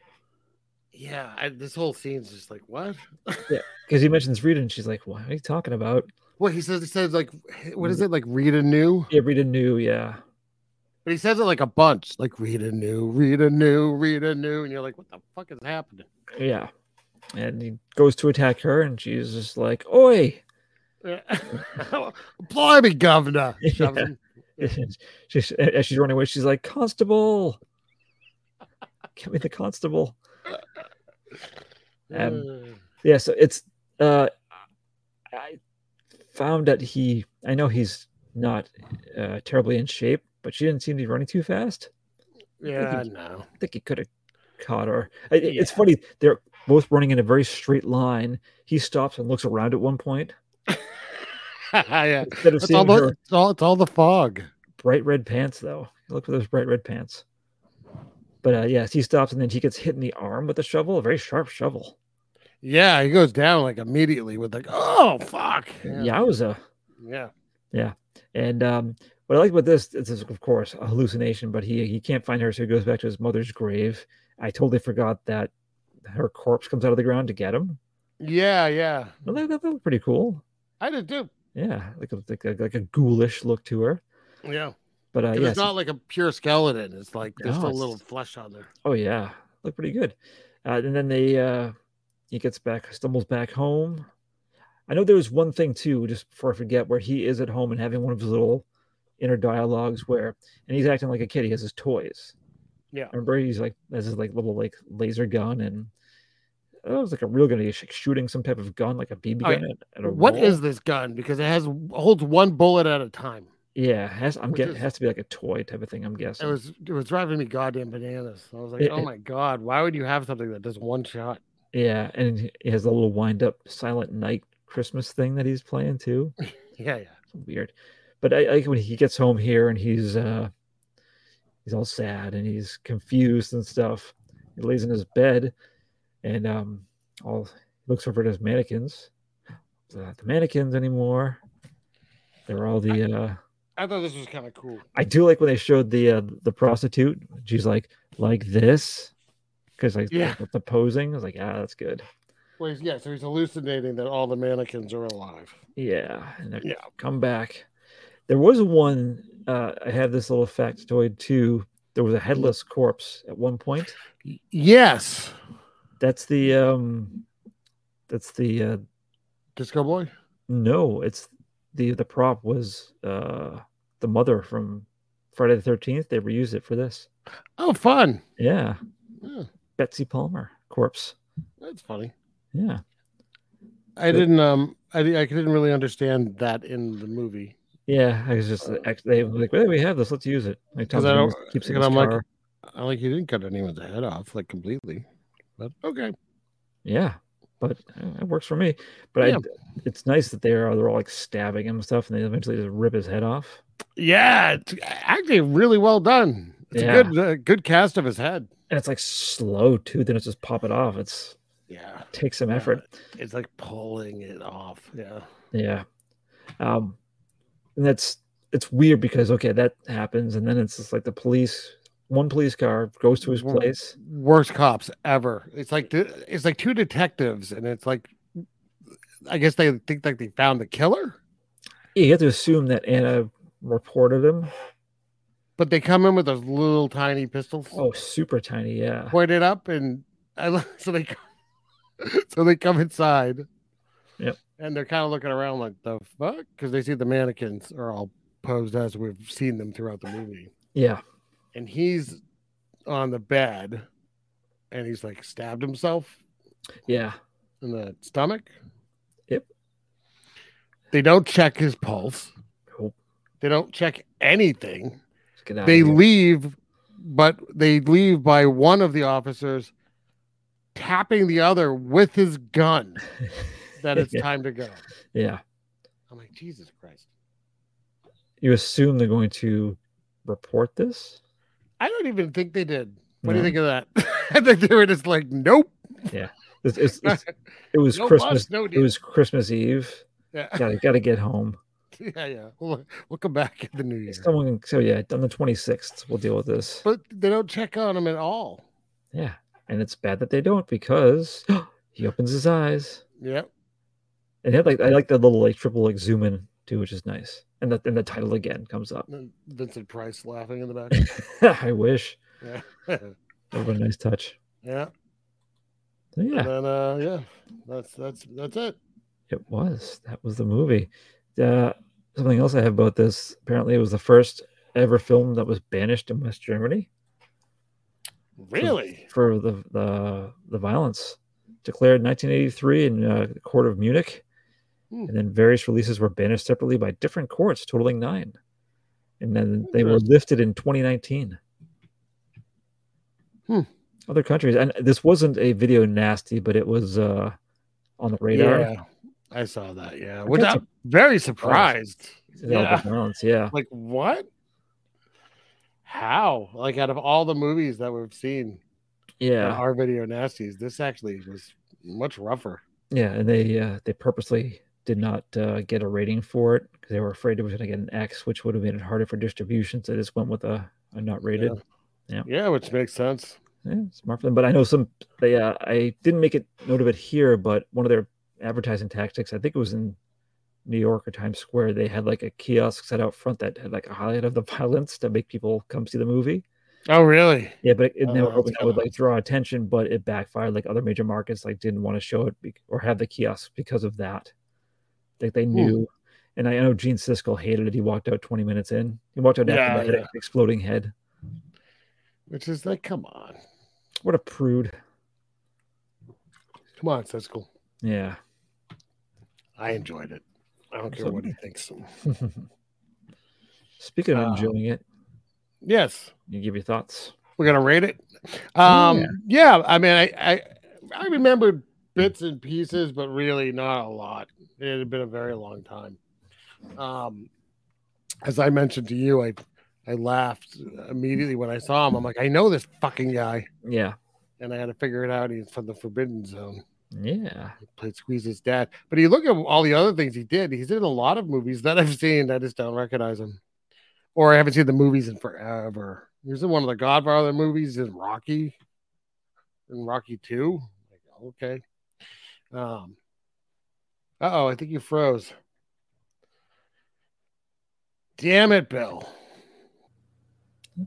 [SPEAKER 8] yeah. I, this whole scene's just like what?
[SPEAKER 7] Because he mentions Rita, and she's like, "What are you talking about?"
[SPEAKER 8] Well, he says he says like what is it like? Rita knew,
[SPEAKER 7] Yeah, Rita knew. Yeah,
[SPEAKER 8] but he says it like a bunch. Like Rita knew, Rita knew, Rita knew, and you're like, what the fuck is happening?
[SPEAKER 7] yeah. And he goes to attack her, and she's just like, "Oi!"
[SPEAKER 8] Apply me, governor. Shoves
[SPEAKER 7] Yeah.
[SPEAKER 8] him.
[SPEAKER 7] she's, as she's running away, she's like, Constable! Get me the constable. Um, Yeah, so it's, uh, I found that he, I know he's not uh, terribly in shape, but she didn't seem to be running too fast.
[SPEAKER 8] yeah, no.
[SPEAKER 7] I think he could have caught her. I- It's funny, they're both running in a very straight line. He stops and looks around at one point.
[SPEAKER 8] yeah.
[SPEAKER 7] Instead of
[SPEAKER 8] It's
[SPEAKER 7] seeing
[SPEAKER 8] all, the,
[SPEAKER 7] her
[SPEAKER 8] it's, all, it's all the fog.
[SPEAKER 7] bright red pants though. Look for those bright red pants. But uh, yes, he stops and then he gets hit in the arm with a shovel, a very sharp shovel.
[SPEAKER 8] Yeah, he goes down like immediately with like, oh fuck.
[SPEAKER 7] Yowza!
[SPEAKER 8] Yeah.
[SPEAKER 7] And um, what I like about this, this is of course a hallucination, but he he can't find her, so he goes back to his mother's grave. I totally forgot that her corpse comes out of the ground to get him.
[SPEAKER 8] Yeah, yeah.
[SPEAKER 7] Well, that, that, that was pretty cool.
[SPEAKER 8] I did too.
[SPEAKER 7] Yeah, like a, like a, like a ghoulish look to her.
[SPEAKER 8] Yeah.
[SPEAKER 7] But uh,
[SPEAKER 8] It's
[SPEAKER 7] yes,
[SPEAKER 8] not like a pure skeleton. It's like there's
[SPEAKER 7] No,
[SPEAKER 8] still a
[SPEAKER 7] it's-
[SPEAKER 8] little flesh on there.
[SPEAKER 7] Oh yeah, look pretty good. Uh, and then they uh, he gets back, stumbles back home. I know there was one thing too, just before I forget, where he is at home and having one of his little inner dialogues where, and he's acting like a kid. He has his toys.
[SPEAKER 8] Yeah.
[SPEAKER 7] remember he's like has his like little like laser gun and. I thought It was like a real gun. He's like, shooting some type of gun, like a BB gun.
[SPEAKER 8] Oh, yeah.
[SPEAKER 7] at- at a
[SPEAKER 8] What
[SPEAKER 7] wall.
[SPEAKER 8] is this gun? Because it has holds one bullet at a time.
[SPEAKER 7] Yeah, has, I'm
[SPEAKER 8] Which
[SPEAKER 7] guessing
[SPEAKER 8] is-
[SPEAKER 7] it has to be like a toy type of thing. I'm
[SPEAKER 8] It
[SPEAKER 7] guessing.
[SPEAKER 8] was it was driving me goddamn bananas. I was like,
[SPEAKER 7] It-
[SPEAKER 8] oh
[SPEAKER 7] it-
[SPEAKER 8] my god, why would you have something that does one shot?
[SPEAKER 7] yeah, and it has a little wind up Silent Night Christmas thing that he's playing too.
[SPEAKER 8] Yeah, yeah.
[SPEAKER 7] weird. But I, I like when he gets home here and he's uh he's all sad and he's confused and stuff. He lays in his bed and um all looks over at his mannequins. They're not the mannequins anymore. They're all the uh
[SPEAKER 8] I thought this was kind of cool.
[SPEAKER 7] I do like when they showed the uh, the prostitute. She's like like this because like
[SPEAKER 8] Yeah.
[SPEAKER 7] the, the posing. I was like, ah, that's good.
[SPEAKER 8] Well, he's, yeah, so he's hallucinating that all the mannequins are alive.
[SPEAKER 7] Yeah, and they're-
[SPEAKER 8] Yeah.
[SPEAKER 7] come back. There was one. Uh, I have this little factoid too. There was a headless corpse at one point.
[SPEAKER 8] Yes,
[SPEAKER 7] That's the um, that's the uh,
[SPEAKER 8] Disco Boy.
[SPEAKER 7] no. It's the the prop was uh the mother from Friday the Thirteenth. They reused it for this.
[SPEAKER 8] Oh, fun.
[SPEAKER 7] Yeah,
[SPEAKER 8] Yeah,
[SPEAKER 7] Betsy Palmer corpse.
[SPEAKER 8] that's funny.
[SPEAKER 7] Yeah,
[SPEAKER 8] I didn't um I, di- I didn't really understand that in the movie.
[SPEAKER 7] yeah. I was just
[SPEAKER 8] Uh.
[SPEAKER 7] act- they were like, well, we have this. Let's use it. Like Tom
[SPEAKER 8] 'Cause I
[SPEAKER 7] Jones
[SPEAKER 8] don't-
[SPEAKER 7] keeps it in
[SPEAKER 8] and
[SPEAKER 7] his
[SPEAKER 8] I'm like-
[SPEAKER 7] car.
[SPEAKER 8] I like he didn't cut anyone's head off like completely. But okay.
[SPEAKER 7] Yeah, but uh, it works for me. But
[SPEAKER 8] Yeah.
[SPEAKER 7] I, it's nice that they are they're all like stabbing him and stuff, and they eventually just rip his head off.
[SPEAKER 8] Yeah, it's actually really well done. It's
[SPEAKER 7] Yeah.
[SPEAKER 8] a good uh, good cast of his head.
[SPEAKER 7] And it's like slow too. Then it's just pop it off. It's
[SPEAKER 8] Yeah.
[SPEAKER 7] takes some
[SPEAKER 8] Yeah.
[SPEAKER 7] effort.
[SPEAKER 8] It's like pulling it off. Yeah.
[SPEAKER 7] Yeah, um, and that's it's weird because okay, that happens, and then it's just like the police. One police car goes to his
[SPEAKER 8] Well,
[SPEAKER 7] place.
[SPEAKER 8] Worst cops ever. It's like th- it's like two detectives and it's like I guess they think like they found the killer,
[SPEAKER 7] You have to assume that Anna reported him.
[SPEAKER 8] but they come in with those little tiny pistols.
[SPEAKER 7] Oh, super tiny. Yeah.
[SPEAKER 8] pointed up and I lo- so they come- so they come inside.
[SPEAKER 7] Yep.
[SPEAKER 8] And they're kind of looking around like the fuck because they see the mannequins are all posed as we've seen them throughout the movie,
[SPEAKER 7] Yeah.
[SPEAKER 8] and he's on the bed, and he's like stabbed himself
[SPEAKER 7] Yeah.
[SPEAKER 8] in the stomach.
[SPEAKER 7] Yep.
[SPEAKER 8] They don't check his pulse.
[SPEAKER 7] Nope.
[SPEAKER 8] They don't check anything.
[SPEAKER 7] Let's get out
[SPEAKER 8] they
[SPEAKER 7] of here.
[SPEAKER 8] leave, but they leave by one of the officers tapping the other with his gun that it's time to go.
[SPEAKER 7] yeah.
[SPEAKER 8] I'm like, Jesus Christ.
[SPEAKER 7] You assume they're going to report this?
[SPEAKER 8] I don't even think they did. What do
[SPEAKER 7] No.
[SPEAKER 8] you think of that? I think they were just like, nope.
[SPEAKER 7] It's, it's, it's, it was
[SPEAKER 8] no
[SPEAKER 7] Christmas.
[SPEAKER 8] bus, no
[SPEAKER 7] It
[SPEAKER 8] deal.
[SPEAKER 7] was Christmas Eve.
[SPEAKER 8] yeah.
[SPEAKER 7] Gotta gotta get home.
[SPEAKER 8] yeah, yeah. We'll, we'll come back at the new year.
[SPEAKER 7] Someone. So yeah, on the twenty sixth, we'll deal with this.
[SPEAKER 8] But they don't check on him at all.
[SPEAKER 7] Yeah, and it's bad that they don't because he opens his eyes.
[SPEAKER 8] Yep.
[SPEAKER 7] And it had like I like the little like triple like zoom in too, which is nice. And the and the title again comes up.
[SPEAKER 8] And then Vincent Price laughing in the back.
[SPEAKER 7] I wish
[SPEAKER 8] yeah.
[SPEAKER 7] that would have been a nice touch.
[SPEAKER 8] yeah.
[SPEAKER 7] So, yeah,
[SPEAKER 8] And then uh yeah. That's that's that's it.
[SPEAKER 7] it was. That was the movie. Uh, something else I have about this. Apparently, it was the first ever film that was banished in West Germany for-
[SPEAKER 8] Really?
[SPEAKER 7] for, the, the the violence. Declared in 1983 in uh, the court of Munich,
[SPEAKER 8] Hmm.
[SPEAKER 7] and then various releases were banished separately by different courts, totaling nine. And then they were
[SPEAKER 8] Interesting.
[SPEAKER 7] lifted in 2019.
[SPEAKER 8] Hmm.
[SPEAKER 7] Other countries, and this wasn't a video nasty, but it was uh, on the radar.
[SPEAKER 8] Yeah. I saw that, yeah. Which
[SPEAKER 7] that's
[SPEAKER 8] I'm
[SPEAKER 7] Oh.
[SPEAKER 8] very surprised.
[SPEAKER 7] yeah.
[SPEAKER 8] Yeah.
[SPEAKER 7] violence. Yeah.
[SPEAKER 8] Like what? How? Like out of all the movies that we've seen,
[SPEAKER 7] Yeah.
[SPEAKER 8] our video nasties, this actually was much rougher.
[SPEAKER 7] Yeah. And they uh, they purposely did not uh, get a rating for it because they were afraid it was going to get an X, which would have made it harder for distribution. So they just went with a, a not rated.
[SPEAKER 8] Yeah, which makes sense.
[SPEAKER 7] Yeah, smart for them. But I know some. They, uh, I didn't make it note of it here, but one of their advertising tactics, I think it was in New York or Times Square, they had like a kiosk set out front that had like a highlight of the violence to make people come see the movie.
[SPEAKER 8] Oh, really?
[SPEAKER 7] Yeah, but it, it
[SPEAKER 8] Oh,
[SPEAKER 7] never
[SPEAKER 8] that's
[SPEAKER 7] hoping that
[SPEAKER 8] kinda
[SPEAKER 7] would like draw attention, but it backfired. Like other major markets, like didn't want to show it be- or have the kiosks because of that. Like
[SPEAKER 8] Hmm.
[SPEAKER 7] they knew, and I know Gene Siskel hated it. He walked out twenty minutes in. He walked out
[SPEAKER 8] Yeah,
[SPEAKER 7] after the
[SPEAKER 8] yeah.
[SPEAKER 7] head, exploding head.
[SPEAKER 8] Which is like, come on,
[SPEAKER 7] What a prude!
[SPEAKER 8] come on, that's cool.
[SPEAKER 7] Yeah.
[SPEAKER 8] I enjoyed it. I don't care what he thinks.
[SPEAKER 7] Speaking of
[SPEAKER 8] Uh,
[SPEAKER 7] enjoying it,
[SPEAKER 8] Yes,
[SPEAKER 7] you give your thoughts.
[SPEAKER 8] we're gonna rate it. Um, yeah. I mean, I, I I remembered bits and pieces, but really not a lot. It had been a very long time. Um, as I mentioned to you, I I laughed immediately when I saw him. I'm like, I know this fucking guy,
[SPEAKER 7] Yeah.
[SPEAKER 8] and I had to figure it out. He's from the Forbidden Zone.
[SPEAKER 7] Yeah.
[SPEAKER 8] played Squeeze his dad. But you look at all the other things he did. He's in a lot of movies that I've seen. I just don't recognize him, or I haven't seen the movies in forever. He was in one of the Godfather movies in Rocky, in Rocky Two. Like, okay. Um. Uh oh, I think you froze. Damn it, Bill.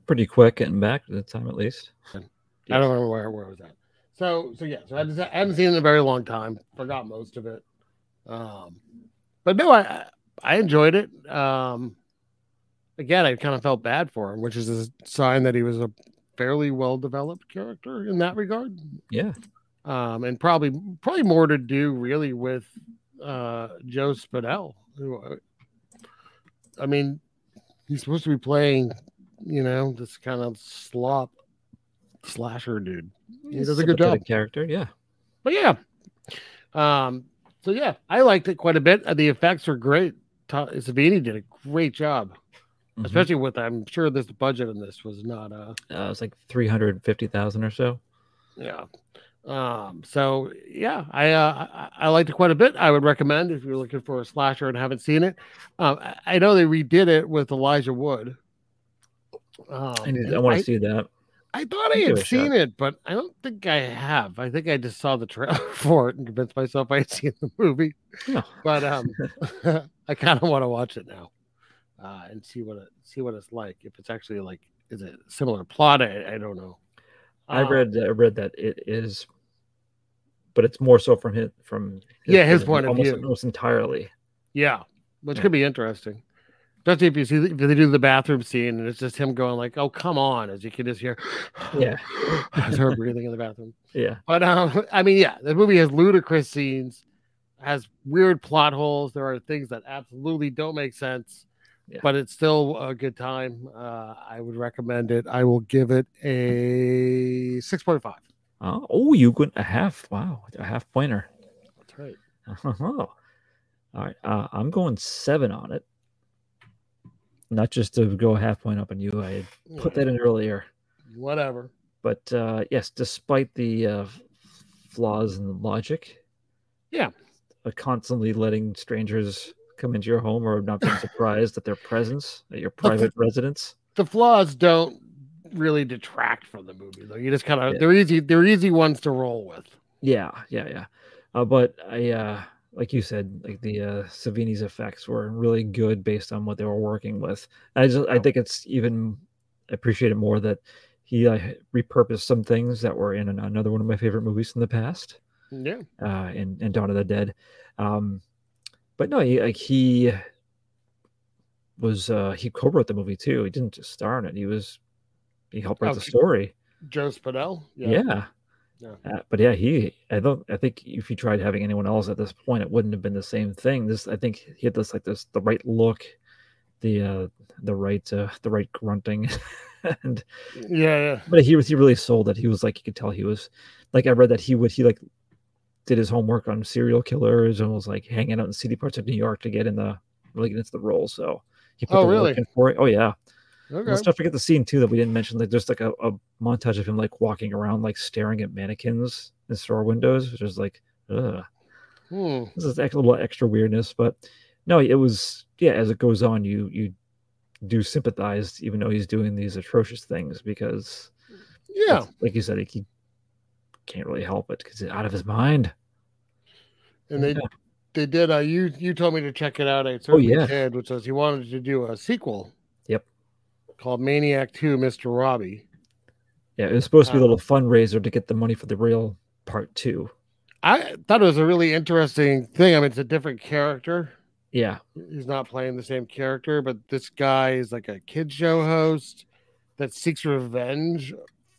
[SPEAKER 7] Pretty quick getting back to the time at least.
[SPEAKER 8] I don't remember where, where it was at. So so yeah, so I, just, I hadn't seen it in a very long time. Forgot most of it. Um, but no, I I enjoyed it. Um, again, I kind of felt bad for him, which is a sign that he was a fairly well developed character in that regard.
[SPEAKER 7] Yeah.
[SPEAKER 8] Um, and probably probably more to do really with uh, Joe Spinell. who- I mean, he's supposed to be playing, you know, this kind of slop slasher dude. He does a good
[SPEAKER 7] Sympathetic
[SPEAKER 8] job.
[SPEAKER 7] Character. Yeah.
[SPEAKER 8] But yeah. Um, so yeah, I liked it quite a bit. Uh, The effects were great. Ta- Savini did a great job,
[SPEAKER 7] Mhm.
[SPEAKER 8] especially with I'm sure this budget in this was not uh
[SPEAKER 7] Uh, it's like 350,000 or so.
[SPEAKER 8] yeah. Um, so yeah, I uh I, I liked it quite a bit. I would recommend if you're looking for a slasher and haven't seen it. Um, I, I know they redid it with Elijah Wood. Um,
[SPEAKER 7] I, need,
[SPEAKER 8] and
[SPEAKER 7] I want to see that.
[SPEAKER 8] I thought I
[SPEAKER 7] Give
[SPEAKER 8] had
[SPEAKER 7] it a
[SPEAKER 8] seen
[SPEAKER 7] shot.
[SPEAKER 8] it, but I don't think I have. I think I just saw the trailer for it and convinced myself I had seen the movie.
[SPEAKER 7] Yeah.
[SPEAKER 8] But um, I kind of want to watch it now uh, and see what it, see what it's like. If it's actually like, is it similar plot? I, I don't know.
[SPEAKER 7] I
[SPEAKER 8] Um,
[SPEAKER 7] read I read that it is, but it's more so from his from
[SPEAKER 8] Yeah, his point of
[SPEAKER 7] almost,
[SPEAKER 8] view.
[SPEAKER 7] almost entirely.
[SPEAKER 8] Yeah, which
[SPEAKER 7] Yeah.
[SPEAKER 8] could be interesting. Just if you see if they do the bathroom scene and it's just him going like, "Oh come on," as you can just hear,
[SPEAKER 7] Yeah.
[SPEAKER 8] as her breathing in the bathroom.
[SPEAKER 7] Yeah.
[SPEAKER 8] But um, I mean, yeah, the movie has ludicrous scenes, has weird plot holes. There are things that absolutely don't make sense,
[SPEAKER 7] Yeah.
[SPEAKER 8] but it's still a good time. Uh, I would recommend it. I will give it a six point five.
[SPEAKER 7] Uh, oh, you went a half. Wow, a half pointer.
[SPEAKER 8] That's right.
[SPEAKER 7] All right. Uh, I'm going seven on it. Not just to go a half point up on you. I had put that in earlier.
[SPEAKER 8] Whatever.
[SPEAKER 7] But uh, yes, despite the uh, flaws in the logic,
[SPEAKER 8] Yeah.
[SPEAKER 7] uh, constantly letting strangers come into your home or not being surprised at their presence at your
[SPEAKER 8] That's-
[SPEAKER 7] private residence.
[SPEAKER 8] The flaws don't really detract from the movie, though. You just kind of
[SPEAKER 7] Yeah.
[SPEAKER 8] they're easy. They're easy ones to roll with.
[SPEAKER 7] Yeah, yeah, yeah. Uh, but I, uh, like you said, like the uh, Savini's effects were really good based on what they were working with. I just, I think it's even I appreciate it more that he uh, repurposed some things that were in an, another one of my favorite movies from the past,
[SPEAKER 8] Yeah.
[SPEAKER 7] uh, in, in Dawn of the Dead. Um, but no, he, like he was uh, he co-wrote the movie too. He didn't just star in it. He was he helped write
[SPEAKER 8] Oh,
[SPEAKER 7] the
[SPEAKER 8] he-
[SPEAKER 7] story.
[SPEAKER 8] Joe Spinell.
[SPEAKER 7] Yeah.
[SPEAKER 8] Yeah.
[SPEAKER 7] Uh, but yeah, he. I don't. I think if you tried having anyone else at this point, it wouldn't have been the same thing. This, I think, he had this like this the right look, the uh the right uh, the right grunting, and
[SPEAKER 8] Yeah. yeah.
[SPEAKER 7] but he was he really sold it. He was like you could tell he was like I read that he would he like did his homework on serial killers and was like hanging out in city parts of New York to get in the really get into the role. So he put
[SPEAKER 8] Oh,
[SPEAKER 7] the work
[SPEAKER 8] really?
[SPEAKER 7] in for it. Oh yeah.
[SPEAKER 8] Okay.
[SPEAKER 7] Let's not forget the scene too that we didn't mention. Like there's like a, a montage of him like walking around, like staring at mannequins in store windows, which is like, ugh.
[SPEAKER 8] Hmm.
[SPEAKER 7] This is actually a little extra weirdness, but no, it was yeah. As it goes on, you you do sympathize, even though he's doing these atrocious things because
[SPEAKER 8] Yeah.
[SPEAKER 7] it's- like you said, like, he can't really help it because he's out of his mind.
[SPEAKER 8] and they
[SPEAKER 7] Yeah. Oh,
[SPEAKER 8] they did. Uh, you you told me to check it out. I certainly
[SPEAKER 7] yeah.
[SPEAKER 8] did, which was he wanted to do a sequel.
[SPEAKER 7] Yep.
[SPEAKER 8] Called Maniac Two, Mister Robbie.
[SPEAKER 7] Yeah, it was supposed to be a
[SPEAKER 8] Wow.
[SPEAKER 7] little fundraiser to get the money for the real part two.
[SPEAKER 8] I thought it was a really interesting thing. I mean, it's a different character.
[SPEAKER 7] Yeah,
[SPEAKER 8] He's not playing the same character, but this guy is like a kid show host that seeks revenge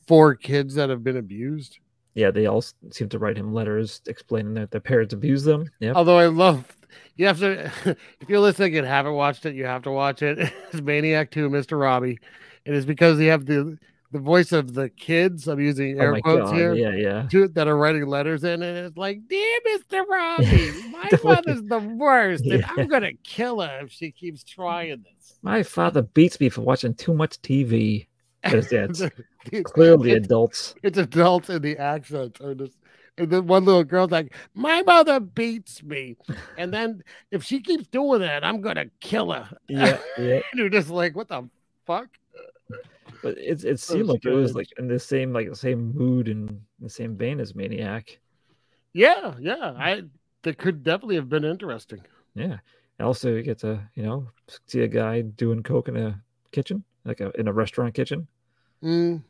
[SPEAKER 8] for kids that have been abused.
[SPEAKER 7] yeah. They all s- seem to write him letters explaining that their parents abuse them. Yeah,
[SPEAKER 8] Although I love you have to if you're listening and haven't watched it, you have to watch it. It's Maniac 2, Mr. Robbie. It is because you have the the voice of the kids. I'm using air quotes here.
[SPEAKER 7] Oh Yeah, yeah.
[SPEAKER 8] To, that are writing letters in, and it's like, Dear Mr. Robbie, my
[SPEAKER 7] That was-
[SPEAKER 8] mother's the worst, and
[SPEAKER 7] Yeah.
[SPEAKER 8] I'm gonna kill her if she keeps trying this.
[SPEAKER 7] My father beats me for watching too much TV. Because yeah, it's
[SPEAKER 8] It's-
[SPEAKER 7] clearly
[SPEAKER 8] it's-
[SPEAKER 7] adults.
[SPEAKER 8] it's adults and the accents are just and then one little girl's like, My mother beats me. And then if she keeps doing that, I'm gonna kill her.
[SPEAKER 7] Yeah, yeah.
[SPEAKER 8] And you're just like, What the fuck?
[SPEAKER 7] But it it
[SPEAKER 8] So
[SPEAKER 7] seemed like it was
[SPEAKER 8] strange.
[SPEAKER 7] like in the same like the same mood and the same vein as Maniac.
[SPEAKER 8] Yeah, yeah. I that could definitely have been interesting.
[SPEAKER 7] Yeah. And Also, you get to you know see a guy doing coke in a kitchen, like a, in a restaurant kitchen.
[SPEAKER 8] Mm,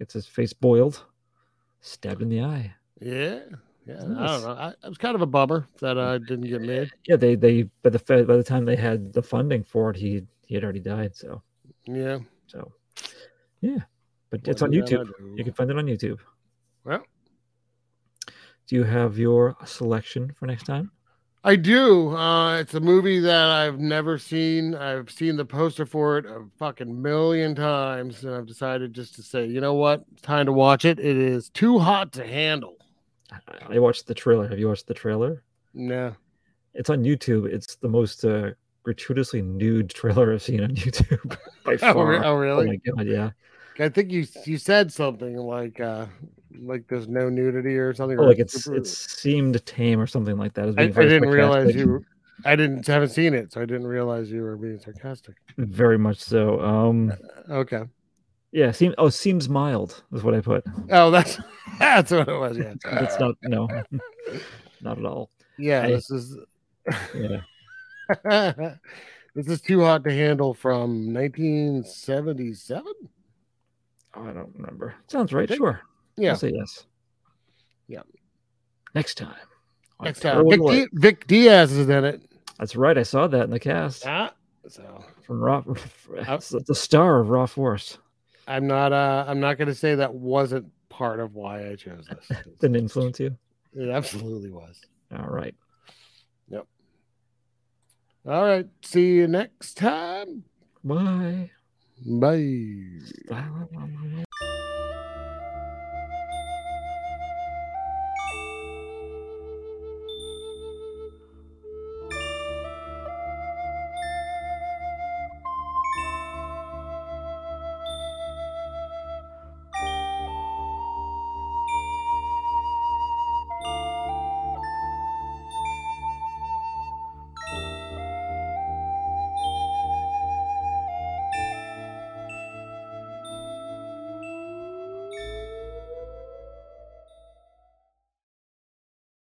[SPEAKER 7] Gets his face boiled, stabbed in the eye.
[SPEAKER 8] yeah. Yeah, I
[SPEAKER 7] Nice.
[SPEAKER 8] don't know. I, it was kind of a bummer that I didn't get made.
[SPEAKER 7] Yeah, they they by the fa- by the time they had the funding for it, he he had already died. So
[SPEAKER 8] Yeah,
[SPEAKER 7] so yeah, but it's
[SPEAKER 8] What
[SPEAKER 7] on
[SPEAKER 8] did I
[SPEAKER 7] YouTube.
[SPEAKER 8] do?
[SPEAKER 7] You can find it on YouTube.
[SPEAKER 8] Well.
[SPEAKER 7] do you have your selection for next time?
[SPEAKER 8] I do. Uh, it's a movie that I've never seen. I've seen the poster for it a fucking million times, and I've decided just to say, you know what? It's time to watch it. It is too hot to handle.
[SPEAKER 7] I- I watched the trailer. Have you watched the trailer?
[SPEAKER 8] No.
[SPEAKER 7] It's on YouTube. It's the most uh, gratuitously nude trailer I've seen on YouTube by
[SPEAKER 8] Oh,
[SPEAKER 7] far.
[SPEAKER 8] re-
[SPEAKER 7] Oh
[SPEAKER 8] oh, really?
[SPEAKER 7] my god, yeah.
[SPEAKER 8] I think you you said something like uh like there's no nudity or something.
[SPEAKER 7] Oh,
[SPEAKER 8] or
[SPEAKER 7] like it's
[SPEAKER 8] super-
[SPEAKER 7] it seemed tame or something like that. It's
[SPEAKER 8] I, I
[SPEAKER 7] being very
[SPEAKER 8] didn't realize
[SPEAKER 7] sarcastic.
[SPEAKER 8] you. were- I didn't haven't seen it, so I didn't realize you were being sarcastic.
[SPEAKER 7] very much so. Um,
[SPEAKER 8] Okay.
[SPEAKER 7] yeah, seems oh seems mild is what I put.
[SPEAKER 8] Oh, that's that's what it was. Yeah.
[SPEAKER 7] It's not no, not at all.
[SPEAKER 8] Yeah.
[SPEAKER 7] I-
[SPEAKER 8] This is
[SPEAKER 7] Yeah,
[SPEAKER 8] this is too hot to handle from 1977. Oh,
[SPEAKER 7] I don't remember. Sounds right.
[SPEAKER 8] Think-
[SPEAKER 7] Sure. I'll
[SPEAKER 8] Yeah,
[SPEAKER 7] say yes.
[SPEAKER 8] Yeah.
[SPEAKER 7] Next time. on
[SPEAKER 8] next time
[SPEAKER 7] Terrible
[SPEAKER 8] Vic,
[SPEAKER 7] Delight.
[SPEAKER 8] Di- Vic Diaz is in it.
[SPEAKER 7] That's right. I saw that in the cast.
[SPEAKER 8] Ah, so
[SPEAKER 7] from Raw, the star of Raw Force.
[SPEAKER 8] I'm not. Uh, I'm not going to say that wasn't part of why I chose this.
[SPEAKER 7] Didn't influence you.
[SPEAKER 8] It absolutely was.
[SPEAKER 7] All right.
[SPEAKER 8] Yep. All right. See you next time.
[SPEAKER 7] Bye.
[SPEAKER 8] Bye.